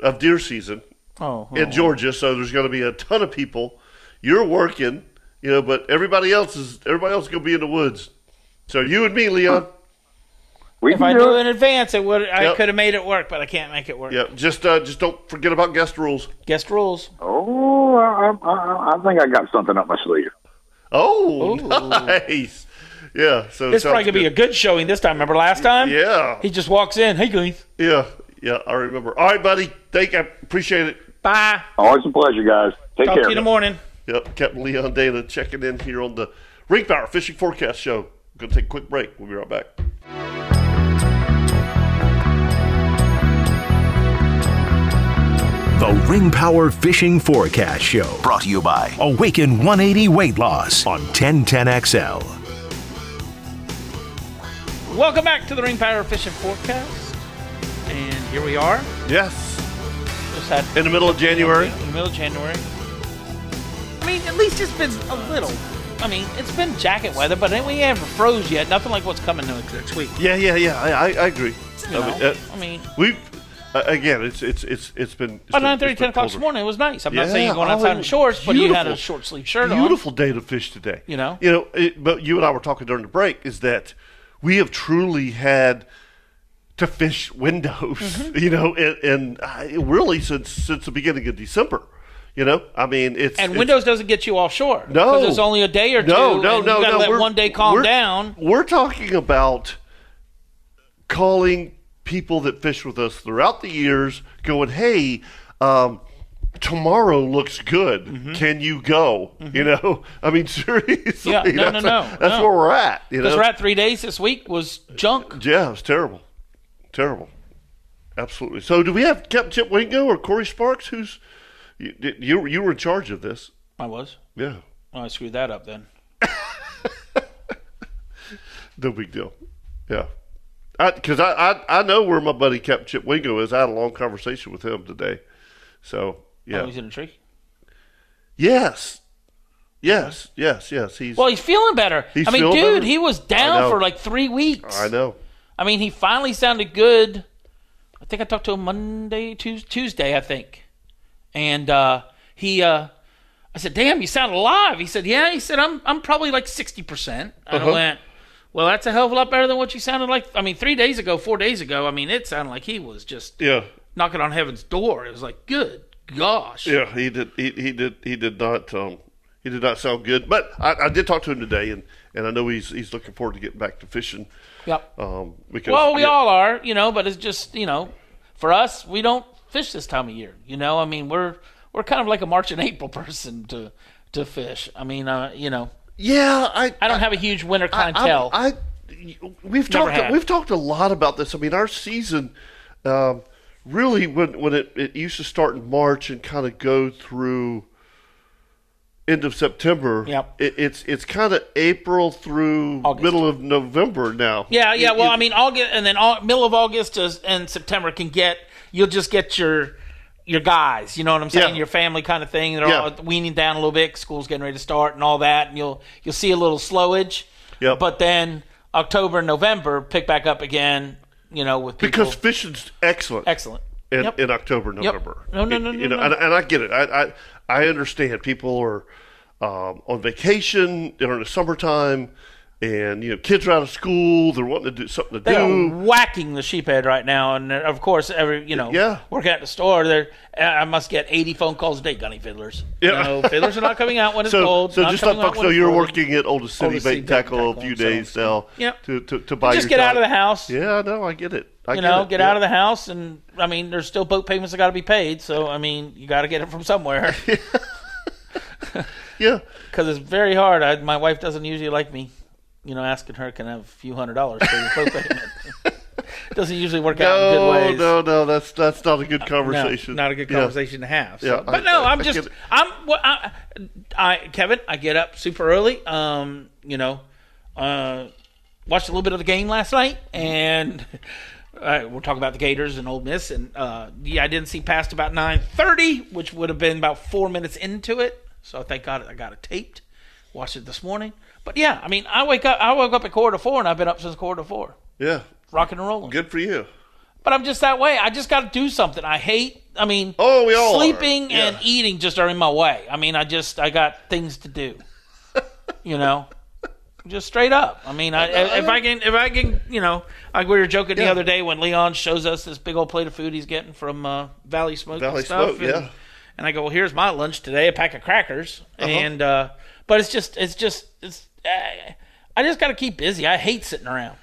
Speaker 1: of deer season
Speaker 4: oh, oh.
Speaker 1: in Georgia, so there's going to be a ton of people. You're working, you know, but everybody else is everybody else is going to be in the woods. So you and me, Leon.
Speaker 5: we
Speaker 4: If I
Speaker 5: can
Speaker 4: knew
Speaker 5: do
Speaker 4: in
Speaker 5: it.
Speaker 4: advance, it would. I
Speaker 1: Yep.
Speaker 4: could have made it work, but I can't make it work.
Speaker 1: Yeah, just uh, just don't forget about guest rules.
Speaker 4: Guest rules.
Speaker 5: Oh, I, I- I, I think I got something up my sleeve.
Speaker 1: Oh,
Speaker 4: Ooh.
Speaker 1: nice. Yeah, so
Speaker 4: This
Speaker 1: sounds
Speaker 4: probably could be a
Speaker 1: good.
Speaker 4: good showing this time. Remember last time?
Speaker 1: yeah,
Speaker 4: He just walks in. Hey, Glean.
Speaker 1: yeah, yeah. I remember. All right, buddy. Thank. I appreciate it.
Speaker 4: Bye.
Speaker 5: Always a pleasure, guys. Take
Speaker 4: Talk
Speaker 5: care.
Speaker 4: to you in the morning.
Speaker 1: Yep, Captain Leon Dana checking in here on the Ring Power Fishing Forecast Show. We're gonna take a quick break. We'll be right back.
Speaker 2: The Ring Power Fishing Forecast Show. Brought to you by Awaken 180 Weight Loss on 1010XL.
Speaker 4: Welcome back to the Ring Power Fishing Forecast. And here we are.
Speaker 1: Yes,
Speaker 4: Just had
Speaker 1: in the middle of January.
Speaker 4: in the middle of January. I mean, at least it's been a little. I mean, it's been jacket weather, but we haven't froze yet. Nothing like what's coming next next week.
Speaker 1: Yeah, yeah, yeah. I, I, I agree.
Speaker 4: You know?
Speaker 1: I mean, uh,
Speaker 4: I mean,
Speaker 1: We've uh, again, it's it's it's it's been. It's
Speaker 4: by
Speaker 1: been-
Speaker 4: 9:30,
Speaker 1: it's
Speaker 4: 10
Speaker 1: been
Speaker 4: o'clock this
Speaker 1: colder.
Speaker 4: morning, it was nice. I'm not
Speaker 1: Yeah,
Speaker 4: saying you're going
Speaker 1: oh,
Speaker 4: outside in shorts, but you had a
Speaker 1: beautiful.
Speaker 4: short sleeve shirt on.
Speaker 1: Beautiful day to fish today.
Speaker 4: You know?
Speaker 1: you know. It, but you and I were talking during the break is that we have truly had to fish windows.
Speaker 4: Mm-hmm.
Speaker 1: You know, and, and I, really since since the beginning of December. You know, I mean, it's
Speaker 4: And
Speaker 1: it's-
Speaker 4: Windows doesn't get you offshore.
Speaker 1: No,
Speaker 4: because it's only a day or two.
Speaker 1: No, no,
Speaker 4: and
Speaker 1: no,
Speaker 4: you gotta
Speaker 1: no.
Speaker 4: Let
Speaker 1: we're-
Speaker 4: one day calm
Speaker 1: we're-
Speaker 4: down.
Speaker 1: We're talking about calling people that fish with us throughout the years, going, "Hey, um, tomorrow looks good.
Speaker 4: Mm-hmm.
Speaker 1: Can you go?" You know, I mean, seriously.
Speaker 4: Yeah, no, no,
Speaker 1: that's-
Speaker 4: no,
Speaker 1: That's
Speaker 4: no.
Speaker 1: where we're at. You know,
Speaker 4: Because we're at three days this week was junk.
Speaker 1: yeah, it's terrible. Terrible. Absolutely. So, do we have Captain Chip Wingo or Corey Sparks? Who's you? You, you were in charge of this?
Speaker 4: I was.
Speaker 1: Yeah.
Speaker 4: Oh, I screwed that up then.
Speaker 1: No big deal. Yeah. Because I, I, I know where my buddy Captain Chip Wingo is. I had a long conversation with him today. So, yeah.
Speaker 4: Oh, he's in a tree.
Speaker 1: yes. Yes. Yes. Yes. He's.
Speaker 4: Well, he's feeling better.
Speaker 1: He's
Speaker 4: I mean,
Speaker 1: feeling
Speaker 4: dude,
Speaker 1: better?
Speaker 4: he was
Speaker 1: I
Speaker 4: down
Speaker 1: know.
Speaker 4: for like three weeks.
Speaker 1: I know.
Speaker 4: I mean, he finally sounded good. I think I talked to him Monday, Tues- Tuesday, I think. And uh, he, uh, I said, "Damn, you sound alive." He said, "Yeah." He said, "I'm, I'm probably like sixty percent." And I went, "Well, that's a hell of a lot better than what you sounded like." I mean, three days ago, four days ago, I mean, it sounded like he was just
Speaker 1: Yeah.
Speaker 4: knocking on heaven's door. It was like, "Good gosh."
Speaker 1: Yeah, he did. He, he did. He did not. Um, he did not sound good. But I, I did talk to him today, and, and I know he's he's looking forward to getting back to fishing.
Speaker 4: Yep.
Speaker 1: Um, because
Speaker 4: Well, we
Speaker 1: yeah,
Speaker 4: all are, you know, but it's just, you know, for us, we don't fish this time of year. You know, I mean, we're we're kind of like a March and April person to to fish. I mean, uh, you know,
Speaker 1: Yeah, I
Speaker 4: I don't have a huge winter clientele.
Speaker 1: I, I we've
Speaker 4: Never
Speaker 1: talked
Speaker 4: had.
Speaker 1: we've talked a lot about this. I mean, our season um, really when when it, it used to start in March and kind of go through end of September.
Speaker 4: Yep.
Speaker 1: It, it's it's kind of April through
Speaker 4: August.
Speaker 1: middle of November now.
Speaker 4: yeah, yeah.
Speaker 1: It-
Speaker 4: Well,
Speaker 1: it-
Speaker 4: I mean, August and then all, middle of August is, and September can get you'll just get your your guys, you know what I'm saying,
Speaker 1: Yeah.
Speaker 4: your family kind of thing. They're
Speaker 1: Yeah.
Speaker 4: all weaning down a little bit. 'cause School's getting ready to start and all that, and you'll you'll see a little slowage.
Speaker 1: Yep.
Speaker 4: But then October and November pick back up again. You know, with people.
Speaker 1: because fishing's excellent.
Speaker 4: Excellent.
Speaker 1: in,
Speaker 4: Yep.
Speaker 1: in October, November.
Speaker 4: No, no, no,
Speaker 1: It-
Speaker 4: no,
Speaker 1: you know,
Speaker 4: no.
Speaker 1: And, and I get it. I, I, I understand people are um, on vacation during the summertime, and you know, kids are out of school. They're wanting to do something to
Speaker 4: They are
Speaker 1: do.
Speaker 4: whacking the sheephead right now, and uh, of course, every you know,
Speaker 1: Yeah.
Speaker 4: working at the store, there uh, I must get eighty phone calls a day, gunny fiddlers.
Speaker 1: Yeah.
Speaker 4: you know, fiddlers are not coming out when it's
Speaker 1: So,
Speaker 4: cold.
Speaker 1: so
Speaker 4: not
Speaker 1: just let
Speaker 4: coming out
Speaker 1: folks
Speaker 4: when
Speaker 1: know
Speaker 4: it's
Speaker 1: you're
Speaker 4: cold.
Speaker 1: working at Oldest City
Speaker 4: Oldest
Speaker 1: Bait
Speaker 4: City
Speaker 1: and
Speaker 4: Bait and
Speaker 1: Tackle a
Speaker 4: Tackle,
Speaker 1: few
Speaker 4: so-
Speaker 1: days now
Speaker 4: Yep.
Speaker 1: to, to, to buy
Speaker 4: Just
Speaker 1: your
Speaker 4: get out of the
Speaker 1: dock.
Speaker 4: house.
Speaker 1: Yeah, no, I get it. I
Speaker 4: You
Speaker 1: get
Speaker 4: know,
Speaker 1: it.
Speaker 4: get
Speaker 1: Yeah.
Speaker 4: out of the house, and I mean, there's still boat payments that got to be paid. So I mean, you got to get it from somewhere
Speaker 1: Yeah,
Speaker 4: because it's very hard. I, my wife doesn't usually like me, you know, asking her can I have a few hundred dollars for your boat payment. doesn't usually work out in good
Speaker 1: no,
Speaker 4: ways.
Speaker 1: no, no. That's that's not a good
Speaker 4: No,
Speaker 1: conversation.
Speaker 4: not a good
Speaker 1: Yeah.
Speaker 4: conversation to have. so-
Speaker 1: Yeah, I-
Speaker 4: but no,
Speaker 1: I-
Speaker 4: I, am
Speaker 1: I
Speaker 4: just
Speaker 1: get it.
Speaker 4: I'm well, I, I Kevin. I get up super early. Um, you know, uh, watched a little bit of the game last night, and uh, we're talking about the Gators and Ole Miss, and uh, yeah, I didn't see past about nine thirty, which would have been about four minutes into it. So thank God I got it taped. Watched it this morning, but yeah, I mean, I wake up. I woke up at quarter to four, and I've been up since quarter to four,
Speaker 1: Yeah,
Speaker 4: rocking and rolling.
Speaker 1: good for you.
Speaker 4: But I'm just that way. I just got to do something. I hate. I mean,
Speaker 1: Oh, we all are.
Speaker 4: sleeping
Speaker 1: Yeah.
Speaker 4: and eating just are in my way. I mean, I just I got things to do. you know, just straight up. I mean, I, if I can if I can you know, like we were joking the
Speaker 1: Yeah.
Speaker 4: other day when Leon shows us this big old plate of food he's getting from uh, Valley Smoke
Speaker 1: Valley
Speaker 4: and stuff.
Speaker 1: Smoke,
Speaker 4: and,
Speaker 1: yeah. Uh-huh.
Speaker 4: and I go, well, here's my lunch today: a pack of crackers. And uh, but it's just it's just it's. Uh, I just got to keep busy. I hate sitting around.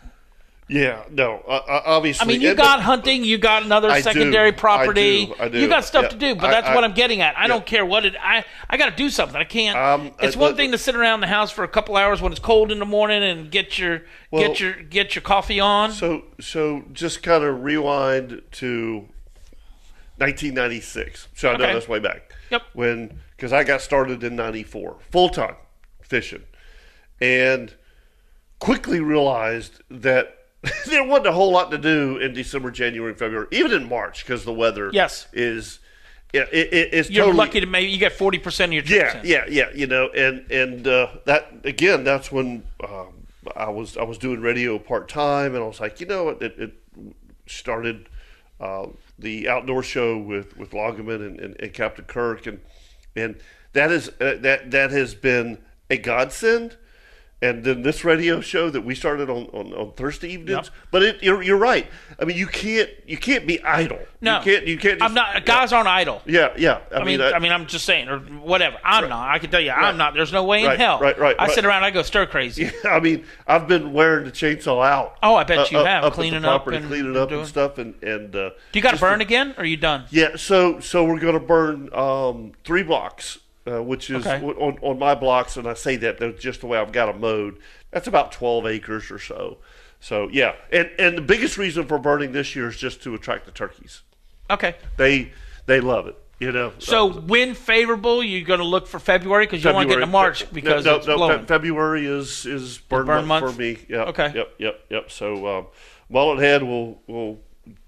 Speaker 1: Yeah, no, uh, uh, obviously.
Speaker 4: I mean, you
Speaker 1: And-
Speaker 4: got hunting, you got another
Speaker 1: I do.
Speaker 4: secondary
Speaker 1: I
Speaker 4: property,
Speaker 1: do. I do.
Speaker 4: you got stuff
Speaker 1: Yeah.
Speaker 4: to do. But
Speaker 1: I-
Speaker 4: that's
Speaker 1: I-
Speaker 4: what I'm getting at. I don't care what it. I I got to do something. I can't.
Speaker 1: Um,
Speaker 4: it's
Speaker 1: I-
Speaker 4: one
Speaker 1: but-
Speaker 4: thing to sit around the house for a couple hours when it's cold in the morning and get your
Speaker 1: Well-
Speaker 4: get your get your coffee on.
Speaker 1: So, so just kind of rewind to 1996. So I know
Speaker 4: Okay.
Speaker 1: that's way back.
Speaker 4: Yep.
Speaker 1: When because I got started in '94 full time fishing, and quickly realized that there wasn't a whole lot to do in December, January, and February, even in March because the weather
Speaker 4: Yes.
Speaker 1: is it, it, it's
Speaker 4: You're
Speaker 1: totally,
Speaker 4: lucky to maybe you get forty percent of your trips
Speaker 1: yeah,
Speaker 4: in.
Speaker 1: yeah, yeah. You know, and and uh, that again, that's when um, I was I was doing radio part time, and I was like, you know, it, it, it started uh, the outdoor show with with Loggeman and, and, and Captain Kirk, and and that is uh, that that has been a godsend. And then this radio show that we started on, on, on Thursday evenings, but it, you're, you're right. I mean, you can't you can't be idle.
Speaker 4: No,
Speaker 1: you can't. You can't. Just,
Speaker 4: I'm not. Guys aren't idle.
Speaker 1: Yeah, yeah. I,
Speaker 4: I mean, I, mean, I'm just saying, or whatever. I'm not. I can tell you, I'm not. There's no way in
Speaker 1: Right,
Speaker 4: hell.
Speaker 1: right, right,
Speaker 4: I
Speaker 1: right.
Speaker 4: sit around. I go stir crazy.
Speaker 1: I mean, I've been wearing the chainsaw out. uh,
Speaker 4: Oh, I bet you have,
Speaker 1: at the
Speaker 4: cleaning up
Speaker 1: property,
Speaker 4: and-
Speaker 1: cleaning
Speaker 4: and
Speaker 1: up
Speaker 4: doing-
Speaker 1: and stuff, and and uh,
Speaker 4: You got to
Speaker 1: just
Speaker 4: burn
Speaker 1: the-
Speaker 4: again, or are you done?
Speaker 1: Yeah, so so we're gonna burn um, three blocks, uh, which is
Speaker 4: Okay.
Speaker 1: w- on on my blocks, and I say that that's just the way I've got them mowed. That's about twelve acres or so. So yeah, and and the biggest reason for burning this year is just to attract the turkeys.
Speaker 4: Okay.
Speaker 1: They they love it. You know.
Speaker 4: So when favorable, you're going to look for February because you don't want to get into March because
Speaker 1: no, no,
Speaker 4: it's
Speaker 1: no, Fe-
Speaker 4: blowing.
Speaker 1: February is is burn,
Speaker 4: burn
Speaker 1: month,
Speaker 4: month?
Speaker 1: for me. Yep,
Speaker 4: Okay.
Speaker 1: Yep. Yep. Yep. So um, mullet head will will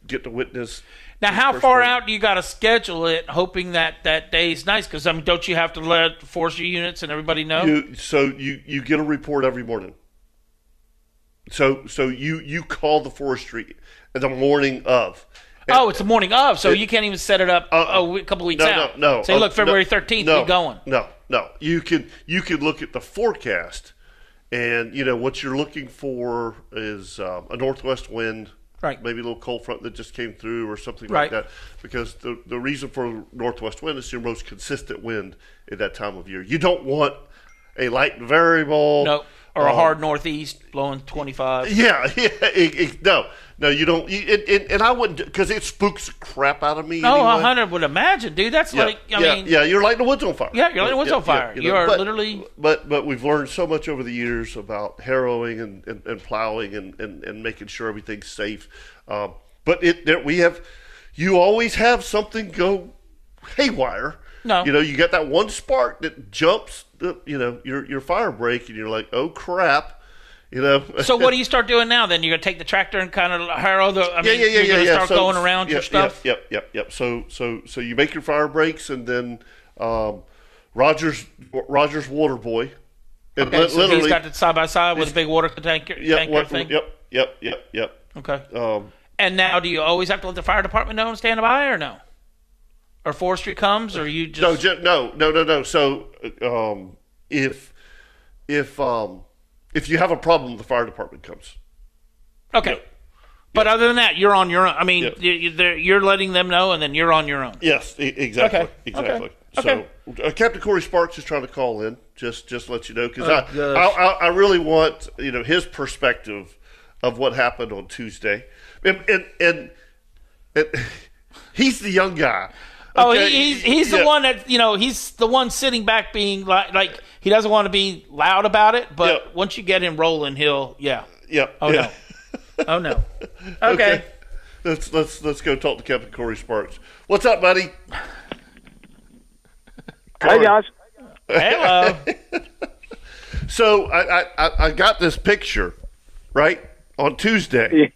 Speaker 1: get to witness.
Speaker 4: now,
Speaker 1: this
Speaker 4: how
Speaker 1: first
Speaker 4: far
Speaker 1: one.
Speaker 4: out do you got to schedule it, hoping that that day's nice? Because I mean, don't you have to let force your units and everybody know?
Speaker 1: You, so you you get a report every morning. So so you you call the forestry the morning of. And-
Speaker 4: oh, it's the morning of, so you can't even set it up
Speaker 1: Uh-uh.
Speaker 4: a we- couple weeks
Speaker 1: no,
Speaker 4: out.
Speaker 1: No, no.
Speaker 4: Say,
Speaker 1: uh,
Speaker 4: look,
Speaker 1: no,
Speaker 4: February thirteenth,
Speaker 1: no,
Speaker 4: we going.
Speaker 1: No, no. You can you can look at the forecast, and you know what you're looking for is um, a northwest wind,
Speaker 4: Right.
Speaker 1: Maybe a little cold front that just came through or something like
Speaker 4: Right.
Speaker 1: that. Because the the reason for northwest wind is your most consistent wind at that time of year. You don't want a light variable.
Speaker 4: No, or a
Speaker 1: um,
Speaker 4: hard northeast blowing twenty-five.
Speaker 1: yeah, yeah. It, it- no, no, you don't. You, it, it, and I wouldn't because it spooks the crap out of me.
Speaker 4: Oh,
Speaker 1: anyway.
Speaker 4: a hundred would imagine, dude. That's like, I
Speaker 1: yeah,
Speaker 4: mean,
Speaker 1: yeah, you're lighting the woods on fire.
Speaker 4: Yeah, you're lighting the woods on fire. You are
Speaker 1: but-
Speaker 4: literally-
Speaker 1: But but we've learned so much over the years about harrowing and, and, and plowing and, and, and making sure everything's safe. Um, but it there, we have, you always have something go haywire.
Speaker 4: No.
Speaker 1: you know you got that one spark that jumps. The, you know your your fire break and you're like, oh crap. You know.
Speaker 4: So what do you start doing now? Then you're gonna take the tractor and kind of harrow the. I mean,
Speaker 1: yeah, yeah, yeah,
Speaker 4: you're
Speaker 1: yeah,
Speaker 4: gonna
Speaker 1: yeah.
Speaker 4: start
Speaker 1: So-
Speaker 4: going around
Speaker 1: yeah,
Speaker 4: your stuff.
Speaker 1: Yep, yep, yep, yep. So, so, so you make your fire breaks, and then um, Rogers, Rogers water boy, and
Speaker 4: Okay,
Speaker 1: li-
Speaker 4: so he's got it side by side with a big water tanker,
Speaker 1: yep,
Speaker 4: tanker
Speaker 1: what-
Speaker 4: thing.
Speaker 1: yep, yep, yep, yep.
Speaker 4: Okay.
Speaker 1: Um,
Speaker 4: And now, do you always have to let the fire department know and stand by, or no? Or forestry comes, or you just
Speaker 1: no, ju- no, no, no, no. So, um, if if um, if you have a problem, the fire department comes.
Speaker 4: okay. But other than that, you're on your own. I mean,
Speaker 1: Yeah.
Speaker 4: you- you- they're- you're letting them know, and then you're on your own.
Speaker 1: Yes, e- exactly,
Speaker 4: Okay,
Speaker 1: exactly.
Speaker 4: okay,
Speaker 1: So uh, Captain Corey Sparks is trying to call in. Just just to let you know because I,
Speaker 4: gosh.
Speaker 1: I, I I really want you know his perspective of what happened on Tuesday, and and, and, and he's the young guy.
Speaker 4: Oh,
Speaker 1: okay?
Speaker 4: he, he's he's the
Speaker 1: Yeah.
Speaker 4: one that you know. He's the one sitting back, being like, like he doesn't want to be loud about it. But
Speaker 1: Yeah.
Speaker 4: once you get him rolling, he'll yeah.
Speaker 1: Yeah.
Speaker 4: Oh
Speaker 1: yeah.
Speaker 4: no. Oh no. Okay.
Speaker 1: Let's let's let's go talk to Captain Corey Sparks. What's up, buddy?
Speaker 5: Hey
Speaker 1: Corey.
Speaker 5: guys,
Speaker 4: Hello.
Speaker 1: So I, I, I- I got this picture, right, on Tuesday.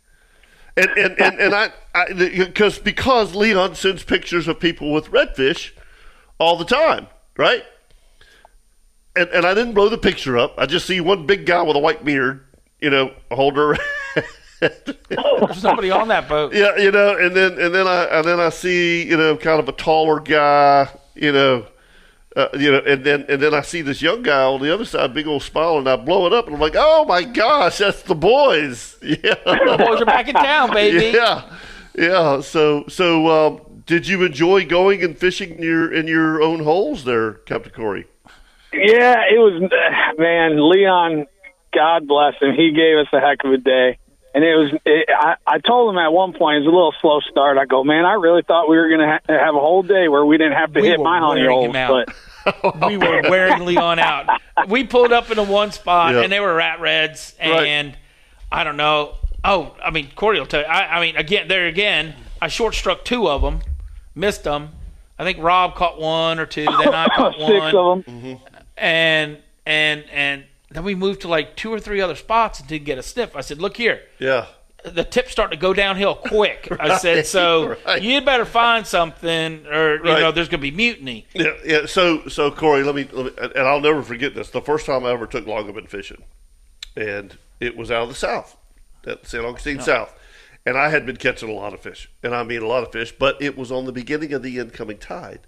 Speaker 1: And, and, and, and I, I cause, because Leon sends pictures of people with redfish all the time, right? And, and I didn't blow the picture up. I just see one big guy with a white beard, you know, holder.
Speaker 4: There's nobody on that boat.
Speaker 1: yeah, you know, and then and then I and then I see you know kind of a taller guy, you know, uh, you know, and then and then I see this young guy on the other side, big old smile, and I blow it up, and I'm like, oh my gosh, that's the boys, yeah,
Speaker 4: Boys are back in town, baby.
Speaker 1: yeah, yeah. So so um, did you enjoy going and fishing in your in your own holes there, Captain Corey?
Speaker 6: Yeah, it was man, Leon. God bless him. He gave us a heck of a day, and it was. It, I I told him at one point it was a little slow start. I go, man, I really thought we were gonna ha- have a whole day where we didn't have to
Speaker 4: We
Speaker 6: hit
Speaker 4: were
Speaker 6: my honey
Speaker 4: wearing
Speaker 6: holes,
Speaker 4: him out.
Speaker 6: but
Speaker 4: we were wearing Leon out. We pulled up into one spot,
Speaker 1: Oh. Yeah.
Speaker 4: and they were rat reds,
Speaker 1: Right.
Speaker 4: and I don't know. Oh, I mean, Corey will tell you. I, I mean, again, there again, I short struck two of them, missed them. I think Rob caught one or two, then I caught one,
Speaker 6: six of them.
Speaker 4: and and and then we moved to like two or three other spots and didn't get a sniff. I said, "Look here,
Speaker 1: Yeah,
Speaker 4: the tips start to go downhill quick. I said, so
Speaker 1: right.
Speaker 4: you better find something, or you
Speaker 1: Right.
Speaker 4: know, there's going to be mutiny.
Speaker 1: yeah, yeah. So, so Corey, let me, let me, and I'll never forget this. The first time I ever took longabin fishing, and it was out of the south, that St. Augustine South, and I had been catching a lot of fish, and I mean a lot of fish, but it was on the beginning of the incoming tide,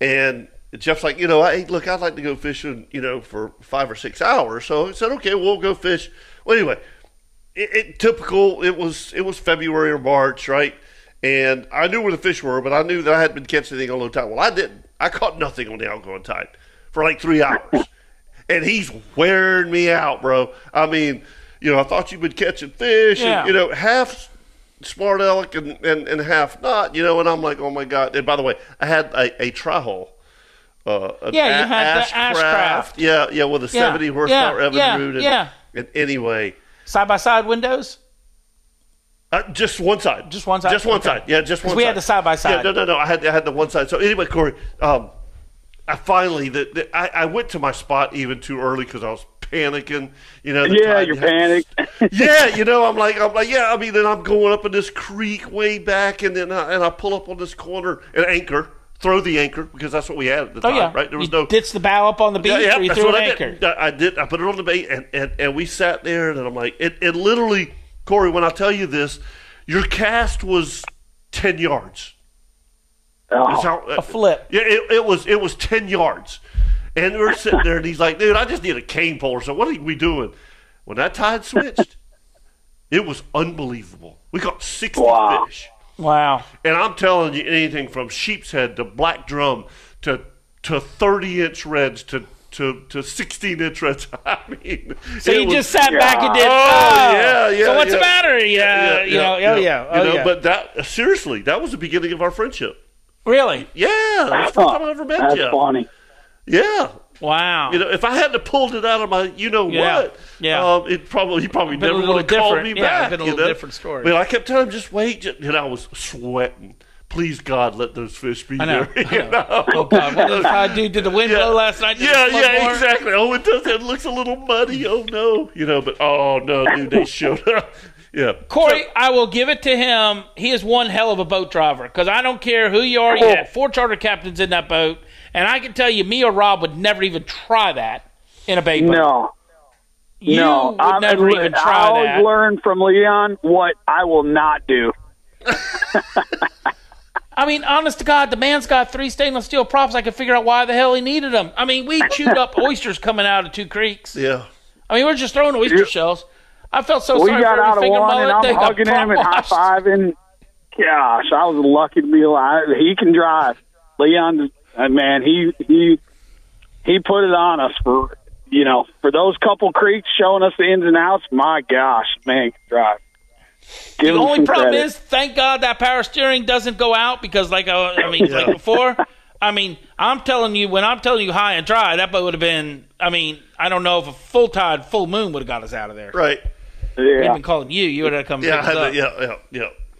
Speaker 1: and Jeff's like, you know, I look, I'd like to go fishing, you know, for five or six hours. So I said, okay, we'll go fish. Well, anyway, it, it typical. It was it was February or March, right? And I knew where the fish were, but I knew that I hadn't been catching anything on low tide. Well, I didn't. I caught nothing on the outgoing tide for like three hours, and he's wearing me out, bro. I mean, you know, I thought you'd been catching fish,
Speaker 4: Yeah.
Speaker 1: and you know, half smart aleck and, and, and half not, you know. And I'm like, oh my god! And by the way, I had a, a tri hole. Uh, an
Speaker 4: Yeah, you had the Ashcraft.
Speaker 1: Yeah, yeah, with a
Speaker 4: Yeah,
Speaker 1: 70 horsepower
Speaker 4: yeah,
Speaker 1: Evan
Speaker 4: yeah,
Speaker 1: Root. And,
Speaker 4: yeah.
Speaker 1: and anyway,
Speaker 4: Side by side windows?
Speaker 1: Uh, just one side.
Speaker 4: Just one side?
Speaker 1: Just one
Speaker 4: Okay.
Speaker 1: side. Yeah, just
Speaker 4: 'Cause
Speaker 1: one.
Speaker 4: we
Speaker 1: side.
Speaker 4: had the side by side.
Speaker 1: Yeah, no, no, no. I had I had the one side. So anyway, Corey, um, I finally the, the I, I went to my spot even too early because I was panicking. You know. the
Speaker 6: Yeah,
Speaker 1: tide
Speaker 6: you're
Speaker 1: had-
Speaker 6: panicked.
Speaker 1: yeah, you know, I'm like, I'm like, yeah. I mean, then I'm going up in this creek way back, and then I, and I pull up on this corner and anchor, throw the anchor because that's what we had at the
Speaker 4: Oh,
Speaker 1: time,
Speaker 4: yeah.
Speaker 1: right? There was
Speaker 4: you
Speaker 1: no
Speaker 4: Ditched the bow up on the beach
Speaker 1: yeah, yeah,
Speaker 4: or you
Speaker 1: that's
Speaker 4: threw
Speaker 1: what
Speaker 4: an
Speaker 1: I
Speaker 4: anchor?
Speaker 1: did. I I did. I put it on the bait, and, and, and we sat there, and I'm like, it, it literally, Corey, when I tell you this, your cast was 10 yards. That's
Speaker 6: Oh,
Speaker 1: how-
Speaker 4: A flip.
Speaker 1: Yeah, it, it was it was 10 yards. And we were sitting there, and he's like, dude, I just need a cane pole or something. What are we doing? When that tide switched, it was unbelievable. We caught 60
Speaker 6: Wow.
Speaker 1: fish.
Speaker 4: Wow.
Speaker 1: And I'm telling you, anything from sheep's head to black drum to to 30 inch reds to to, to 16 inch reds. I mean,
Speaker 4: So
Speaker 1: it
Speaker 4: you
Speaker 1: was-
Speaker 4: just sat back and did.
Speaker 1: Oh,
Speaker 4: Oh,
Speaker 1: yeah, yeah,
Speaker 4: So what's
Speaker 1: yeah.
Speaker 4: the matter? Yeah, you know, oh yeah, oh
Speaker 1: you know,
Speaker 4: yeah.
Speaker 1: But that seriously, that was the beginning of our friendship.
Speaker 4: really?
Speaker 1: Yeah, that's the first time I ever met
Speaker 6: that's
Speaker 1: you.
Speaker 6: funny.
Speaker 1: Yeah,
Speaker 4: Wow.
Speaker 1: you know, if I hadn't pulled it out of my, you know
Speaker 4: Yeah,
Speaker 1: what,
Speaker 4: yeah.
Speaker 1: um, it probably he probably
Speaker 4: Been a
Speaker 1: never
Speaker 4: little
Speaker 1: would have called
Speaker 4: different.
Speaker 1: me
Speaker 4: Yeah,
Speaker 1: back.
Speaker 4: been a
Speaker 1: you
Speaker 4: little
Speaker 1: know?
Speaker 4: different story.
Speaker 1: But I kept telling him just wait, ju- and I was sweating. Please God, let those fish be
Speaker 4: I know,
Speaker 1: there.
Speaker 4: I
Speaker 1: you know?
Speaker 4: oh God, what the high dude did the window last night. did
Speaker 1: Yeah,
Speaker 4: the flood
Speaker 1: yeah,
Speaker 4: more?
Speaker 1: exactly. Oh, it does. It looks a little muddy. Oh no, you know. But oh no, dude, they showed up. Yeah,
Speaker 4: Corey, I will give it to him. He is one hell of a boat driver because I don't care who you
Speaker 1: Oh.
Speaker 4: are. You had four charter captains in that boat, and I can tell you, me or Rob would never even try that in a bay boat.
Speaker 6: No,
Speaker 4: you
Speaker 6: no,
Speaker 4: would
Speaker 6: I'm-
Speaker 4: never even
Speaker 6: I
Speaker 4: try
Speaker 6: always
Speaker 4: that.
Speaker 6: learn from Leon what I will not do.
Speaker 4: I mean, honest to God, the man's got three stainless steel props. I can figure out why the hell he needed them. I mean, we chewed up oysters coming out of two creeks.
Speaker 1: yeah.
Speaker 4: I mean, we're just throwing oyster shells. I felt so
Speaker 6: We
Speaker 4: sorry
Speaker 6: got
Speaker 4: for every
Speaker 6: out of
Speaker 4: finger
Speaker 6: one,
Speaker 4: mullet
Speaker 6: and I'm
Speaker 4: that got
Speaker 6: hugging him and high
Speaker 4: prop-washed.
Speaker 6: fiving. Gosh, I was lucky to be alive. He can drive. Leon, uh, man, he he he put it on us for you know for those couple creeks showing us the ins and outs. My gosh, man, he can drive. Give
Speaker 4: The
Speaker 6: him
Speaker 4: only
Speaker 6: some
Speaker 4: problem
Speaker 6: credit.
Speaker 4: is, thank God that power steering doesn't go out because, like, uh, I mean, like before, I mean, I'm telling you, when I'm telling you high and dry, that boat would have been. I mean, I don't know if a full tide, full moon would have got us out of there.
Speaker 1: Right.
Speaker 4: We'd
Speaker 6: yeah.
Speaker 4: been calling you. You would have come.
Speaker 1: Yeah. I
Speaker 4: pick us
Speaker 1: had
Speaker 4: up.
Speaker 1: to, yeah. Yeah.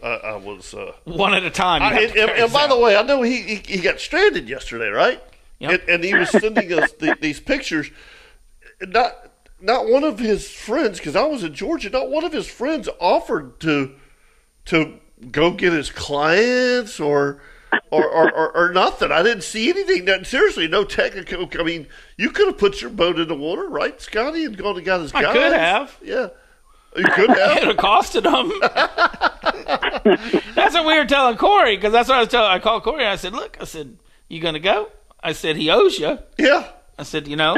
Speaker 1: Yeah. I, I was. Uh,
Speaker 4: One at a time.
Speaker 1: I, and, and- and by the way, I know he, he he got stranded yesterday, right?
Speaker 4: Yep.
Speaker 1: And, and he was sending us the, these pictures. Not not one of his friends, because I was in Georgia. Not one of his friends offered to to go get his clients or. or, or, or, or nothing. I didn't see anything. That, seriously, no technical. I mean, you could have put your boat in the water, right, Scotty, and gone and got his
Speaker 4: I
Speaker 1: guys.
Speaker 4: could have.
Speaker 1: Yeah, you could have.
Speaker 4: it would have costed them. that's what we were telling Corey because that's what I was telling. I called Corey. And I said, "Look, I said, you gonna go?" I said, "He owes you."
Speaker 1: yeah,
Speaker 4: I said, you know.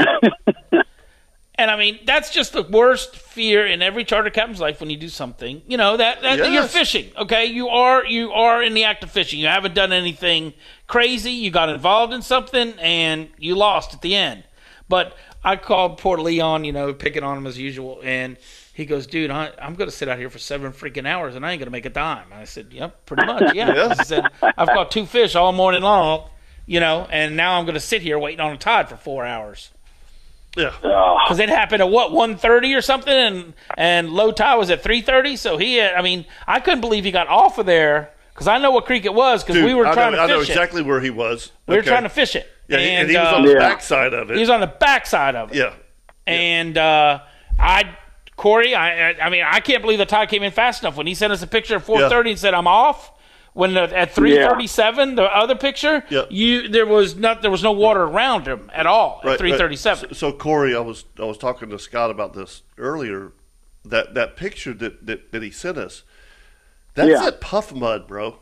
Speaker 4: and I mean, that's just the worst fear in every charter captain's life when you do something. You know, that, that that you're
Speaker 1: Yes.
Speaker 4: fishing, okay? You are you are in the act of fishing. You haven't done anything crazy. You got involved in something and you lost at the end. But I called poor Leon, you know, picking on him as usual, and he goes, "Dude, I, I'm going to sit out here for seven freaking hours, and I ain't going to make a dime." And I said, "Yep, pretty much, yeah." I said, "I've caught two fish all morning long, you know, and now I'm going to sit here waiting on a tide for four hours."
Speaker 1: yeah.
Speaker 5: Oh,
Speaker 4: because it happened at what 1.30 or something and and low tide was at 3.30 so he i mean i couldn't believe he got off of there because i know what creek it was because
Speaker 1: Dude,
Speaker 4: we were
Speaker 1: I
Speaker 4: trying
Speaker 1: know,
Speaker 4: to fish
Speaker 1: I know
Speaker 4: it
Speaker 1: exactly where he was.
Speaker 4: we were
Speaker 1: Okay.
Speaker 4: trying to fish it
Speaker 1: Yeah, and,
Speaker 4: and,
Speaker 1: he was
Speaker 4: uh,
Speaker 1: on the
Speaker 6: Yeah.
Speaker 1: backside of it.
Speaker 4: he was on the backside of it
Speaker 1: yeah,
Speaker 4: and uh, I, Corey, I, I, I mean, I can't believe the tide came in fast enough. When he sent us a picture at four thirty and said I'm off. When the, at three thirty-seven, the other picture,
Speaker 1: Yeah.
Speaker 4: you there was not there was no water around him at all
Speaker 1: Right,
Speaker 4: at
Speaker 1: right.
Speaker 4: three thirty-seven.
Speaker 1: So, so Corey, I was I was talking to Scott about this earlier. That that picture that that, that he sent us, that's
Speaker 6: Yeah.
Speaker 1: that puff mud, bro.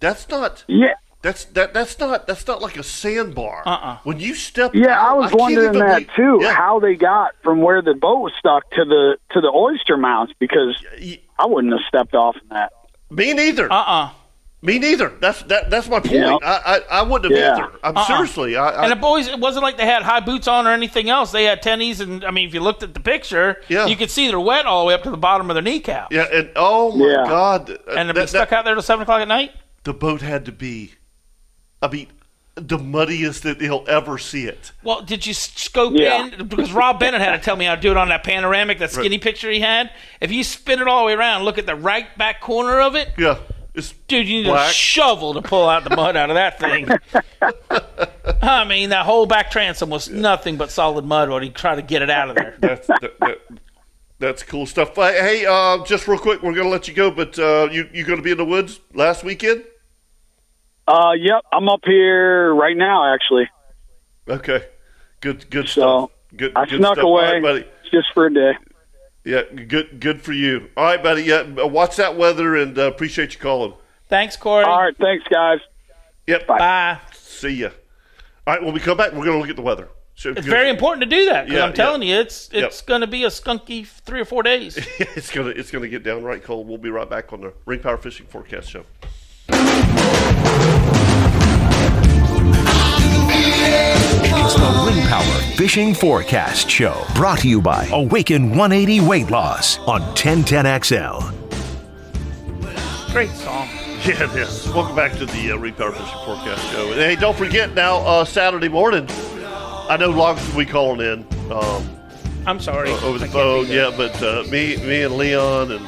Speaker 1: That's not.
Speaker 6: yeah.
Speaker 1: That's that. That's not. That's not like a sandbar.
Speaker 4: Uh-uh.
Speaker 1: When you step,
Speaker 6: Yeah, I
Speaker 1: out,
Speaker 6: was
Speaker 1: can't
Speaker 6: wondering
Speaker 1: even
Speaker 6: that
Speaker 1: leave-
Speaker 6: too.
Speaker 1: Yeah.
Speaker 6: How they got from where the boat was stuck to the to the oyster mounds because
Speaker 1: y-
Speaker 6: I wouldn't have stepped off in that.
Speaker 1: Me neither.
Speaker 4: Uh-uh.
Speaker 1: Me neither. That's that. That's my point.
Speaker 6: Yeah.
Speaker 1: I, I I wouldn't have
Speaker 6: Yeah.
Speaker 1: either. I'm seriously. I, I
Speaker 4: Uh-uh. And the boys, it wasn't like they had high boots on or anything else. They had tennies, and I mean, if you looked at the picture,
Speaker 1: Yeah.
Speaker 4: you could see they're wet all the way up to the bottom of their kneecap.
Speaker 1: yeah. And oh my
Speaker 6: Yeah.
Speaker 1: god.
Speaker 4: And to
Speaker 1: that-
Speaker 4: be stuck
Speaker 1: that-
Speaker 4: out there till seven o'clock at night.
Speaker 1: the boat had to be. I mean, the muddiest that he'll ever see it.
Speaker 4: Well, did you scope
Speaker 6: Yeah.
Speaker 4: in? Because Rob Bennett had to tell me how to do it on that panoramic, that skinny picture he had. If you spin it all the way around, look at the right back corner of it,
Speaker 1: Yeah, it's
Speaker 4: dude, you need a
Speaker 1: Black.
Speaker 4: shovel to pull out the mud out of that thing. I mean, that whole back transom was nothing but solid mud when he tried to get it out of there.
Speaker 1: that's that, that, that's cool stuff. Uh, Hey, uh, just real quick, we're gonna let you go, but uh, you you gonna be in the woods last weekend?
Speaker 6: Uh, yep, I'm up here right now actually.
Speaker 1: Okay, good good
Speaker 6: So,
Speaker 1: stuff. Good,
Speaker 6: I
Speaker 1: good
Speaker 6: snuck
Speaker 1: stuff. All
Speaker 6: away
Speaker 1: right, buddy.
Speaker 6: just for a day.
Speaker 1: Yeah, good good for you. All right, buddy. Yeah, watch that weather and uh, appreciate you calling.
Speaker 4: Thanks, Corey.
Speaker 6: All right, thanks guys.
Speaker 1: Yep.
Speaker 4: Bye.
Speaker 1: See ya. All right, when we come back, we're gonna look at the weather. So
Speaker 4: It's very important to do that 'cause
Speaker 1: Yeah,
Speaker 4: I'm telling
Speaker 1: yeah.
Speaker 4: you, it's it's
Speaker 1: Yep.
Speaker 4: going to be a skunky three or four days.
Speaker 1: it's gonna it's gonna get downright cold. We'll be right back on the Ring Power Fishing Forecast Show.
Speaker 2: It's the Ring Power Fishing Forecast Show, brought to you by Awaken 180 Weight Loss on 1010XL.
Speaker 4: Great song.
Speaker 1: Yeah, it is. Welcome back to the uh, Repower Fishing Forecast Show. And hey, don't forget now, uh, Saturday morning, I know logs will be calling in um,
Speaker 4: I'm sorry.
Speaker 1: over the
Speaker 4: I can't
Speaker 1: phone.
Speaker 4: be there.
Speaker 1: Yeah, but uh, me, me and Leon and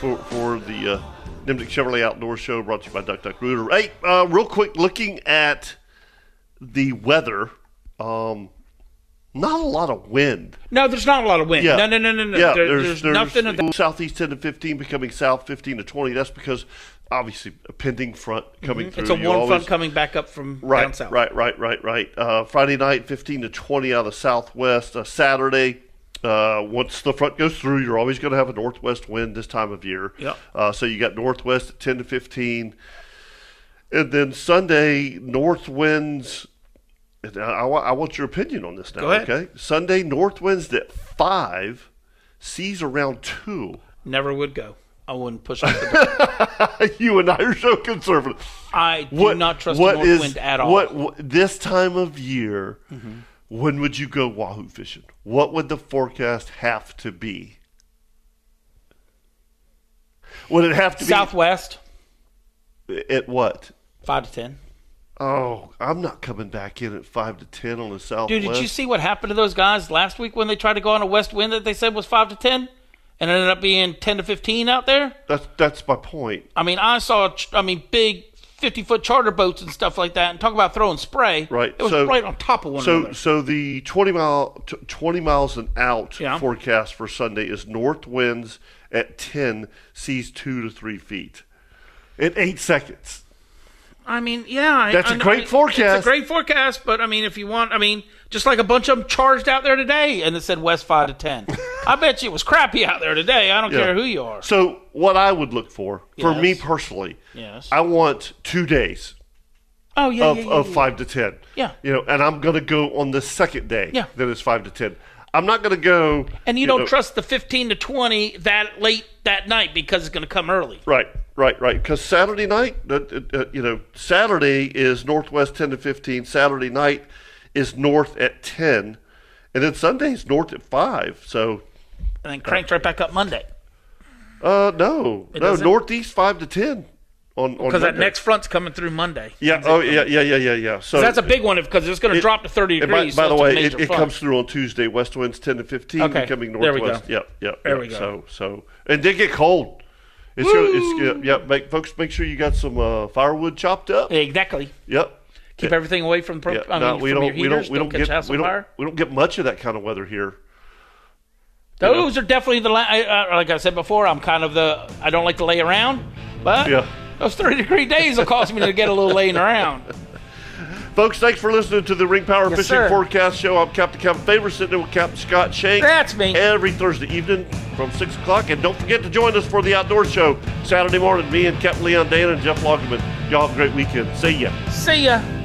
Speaker 1: for, for the uh, Nimnik Chevrolet Outdoor Show brought to you by Duck Duck Rooter. Hey, uh, real quick, looking at the weather, um, not a lot of wind.
Speaker 4: No, there's not a lot of wind.
Speaker 1: Yeah.
Speaker 4: No, no, no, no, no.
Speaker 1: Yeah,
Speaker 4: There- there's, nothing of that.
Speaker 1: Southeast 10 to 15 becoming south 15 to 20. That's because, obviously, a pending front coming through.
Speaker 4: Mm-hmm. It's a
Speaker 1: You
Speaker 4: warm front
Speaker 1: always-
Speaker 4: coming back up from
Speaker 1: Right,
Speaker 4: down south.
Speaker 1: right, right, right, right. Uh, Friday night, 15 to 20 out of the southwest. Uh, Saturday, uh, once the front goes through, you're always going to have a northwest wind this time of year.
Speaker 4: Yep.
Speaker 1: Uh, so you got northwest at 10 to 15. And then Sunday, north winds. and I, I wa- I want your opinion on this now,
Speaker 4: Go ahead.
Speaker 1: okay? Sunday, north winds at 5, seas around 2.
Speaker 4: Never would go. I wouldn't push up the boat.
Speaker 1: you and I are so conservative.
Speaker 4: I do not trust the
Speaker 1: what
Speaker 4: north
Speaker 1: is-
Speaker 4: wind at all. Mm-hmm.
Speaker 1: What, what this time of year? When would you go wahoo fishing? What would the forecast have to be? Would it have to
Speaker 4: Southwest,
Speaker 1: be at what?
Speaker 4: five to ten.
Speaker 1: Oh, I'm not coming back in at five to ten on the southwest.
Speaker 4: Dude, did you see what happened to those guys last week when they tried to go on a west wind that they said was five to ten, and it ended up being ten to fifteen out there?
Speaker 1: That's that's my point.
Speaker 4: I mean, I saw, ch- I mean, big fifty foot charter boats and stuff like that, and talk about throwing spray.
Speaker 1: Right,
Speaker 4: it was
Speaker 1: so-
Speaker 4: right on top of one
Speaker 1: So,
Speaker 4: another.
Speaker 1: so the twenty mile, t- twenty miles an out
Speaker 4: Yeah.
Speaker 1: forecast for Sunday is north winds at ten, seas two to three feet, in eight seconds.
Speaker 4: I mean, yeah, I-
Speaker 1: That's a
Speaker 4: I-
Speaker 1: great
Speaker 4: I- It's
Speaker 1: forecast.
Speaker 4: a great forecast, but I mean, if you want, I mean, just like a bunch of them charged out there today, and it said west five to ten. I bet you it was crappy out there today. I don't
Speaker 1: Yeah.
Speaker 4: care who you are.
Speaker 1: So, what I would look for, for me
Speaker 4: Yes.
Speaker 1: personally,
Speaker 4: Yes.
Speaker 1: I want two days
Speaker 4: Oh yeah,
Speaker 1: of,
Speaker 4: yeah, yeah,
Speaker 1: of
Speaker 4: yeah.
Speaker 1: five to ten.
Speaker 4: Yeah.
Speaker 1: you know, and I'm going to go on the second day.
Speaker 4: Yeah.
Speaker 1: that is five to ten. I'm not going to go.
Speaker 4: And you, don't
Speaker 1: know,
Speaker 4: trust the fifteen to twenty that late that night because it's going to come early.
Speaker 1: Right, right, right. Because Saturday night, uh, uh, you know, Saturday is northwest 10 to 15. Saturday night is north at 10. And then Sunday's north at 5. So,
Speaker 4: and then cranked right back up Monday
Speaker 1: uh, no, no,
Speaker 4: doesn't?
Speaker 1: northeast 5 to 10 on, on
Speaker 4: because that
Speaker 1: Monday.
Speaker 4: next front's coming through Monday.
Speaker 1: Yeah, oh, yeah, yeah, yeah, yeah, yeah. So
Speaker 4: That's a big one because it's going to
Speaker 1: it-
Speaker 4: drop to thirty
Speaker 1: and by,
Speaker 4: degrees.
Speaker 1: by
Speaker 4: so
Speaker 1: the
Speaker 4: it's a
Speaker 1: way,
Speaker 4: major
Speaker 1: it, it
Speaker 4: front.
Speaker 1: comes through on Tuesday. West winds 10 to 15,
Speaker 4: Okay,
Speaker 1: becoming
Speaker 4: there we go.
Speaker 1: northwest. Yep, yep.
Speaker 4: There
Speaker 1: yep.
Speaker 4: we go.
Speaker 1: So, so, and they get cold. It's gonna, it's gonna, yeah, make, folks, make sure you got some uh, firewood chopped up.
Speaker 4: exactly.
Speaker 1: Yep.
Speaker 4: Keep everything away from. Pro-
Speaker 1: Yeah,
Speaker 4: I mean,
Speaker 1: no, we
Speaker 4: from
Speaker 1: don't.
Speaker 4: your
Speaker 1: we don't.
Speaker 4: heaters.
Speaker 1: We don't,
Speaker 4: catch
Speaker 1: get.
Speaker 4: house
Speaker 1: We
Speaker 4: on fire.
Speaker 1: don't, we don't get much of that kind of weather here.
Speaker 4: Those are definitely the la- I, I, like I said before. I'm kind of the I don't like to lay around, but
Speaker 1: Yeah.
Speaker 4: those 30 degree days will cause me to get a little laying around.
Speaker 1: Folks, thanks for listening to the Ring Power
Speaker 4: Yes,
Speaker 1: Fishing
Speaker 4: sir.
Speaker 1: Forecast Show. I'm Captain Kevin Favor, sitting in with Captain Scott Shank.
Speaker 4: That's me.
Speaker 1: Every Thursday evening from 6 o'clock. And don't forget to join us for the Outdoor Show Saturday morning. Me and Captain Leon Dana and Jeff Loggeman. Y'all have a great weekend. See ya.
Speaker 4: See ya.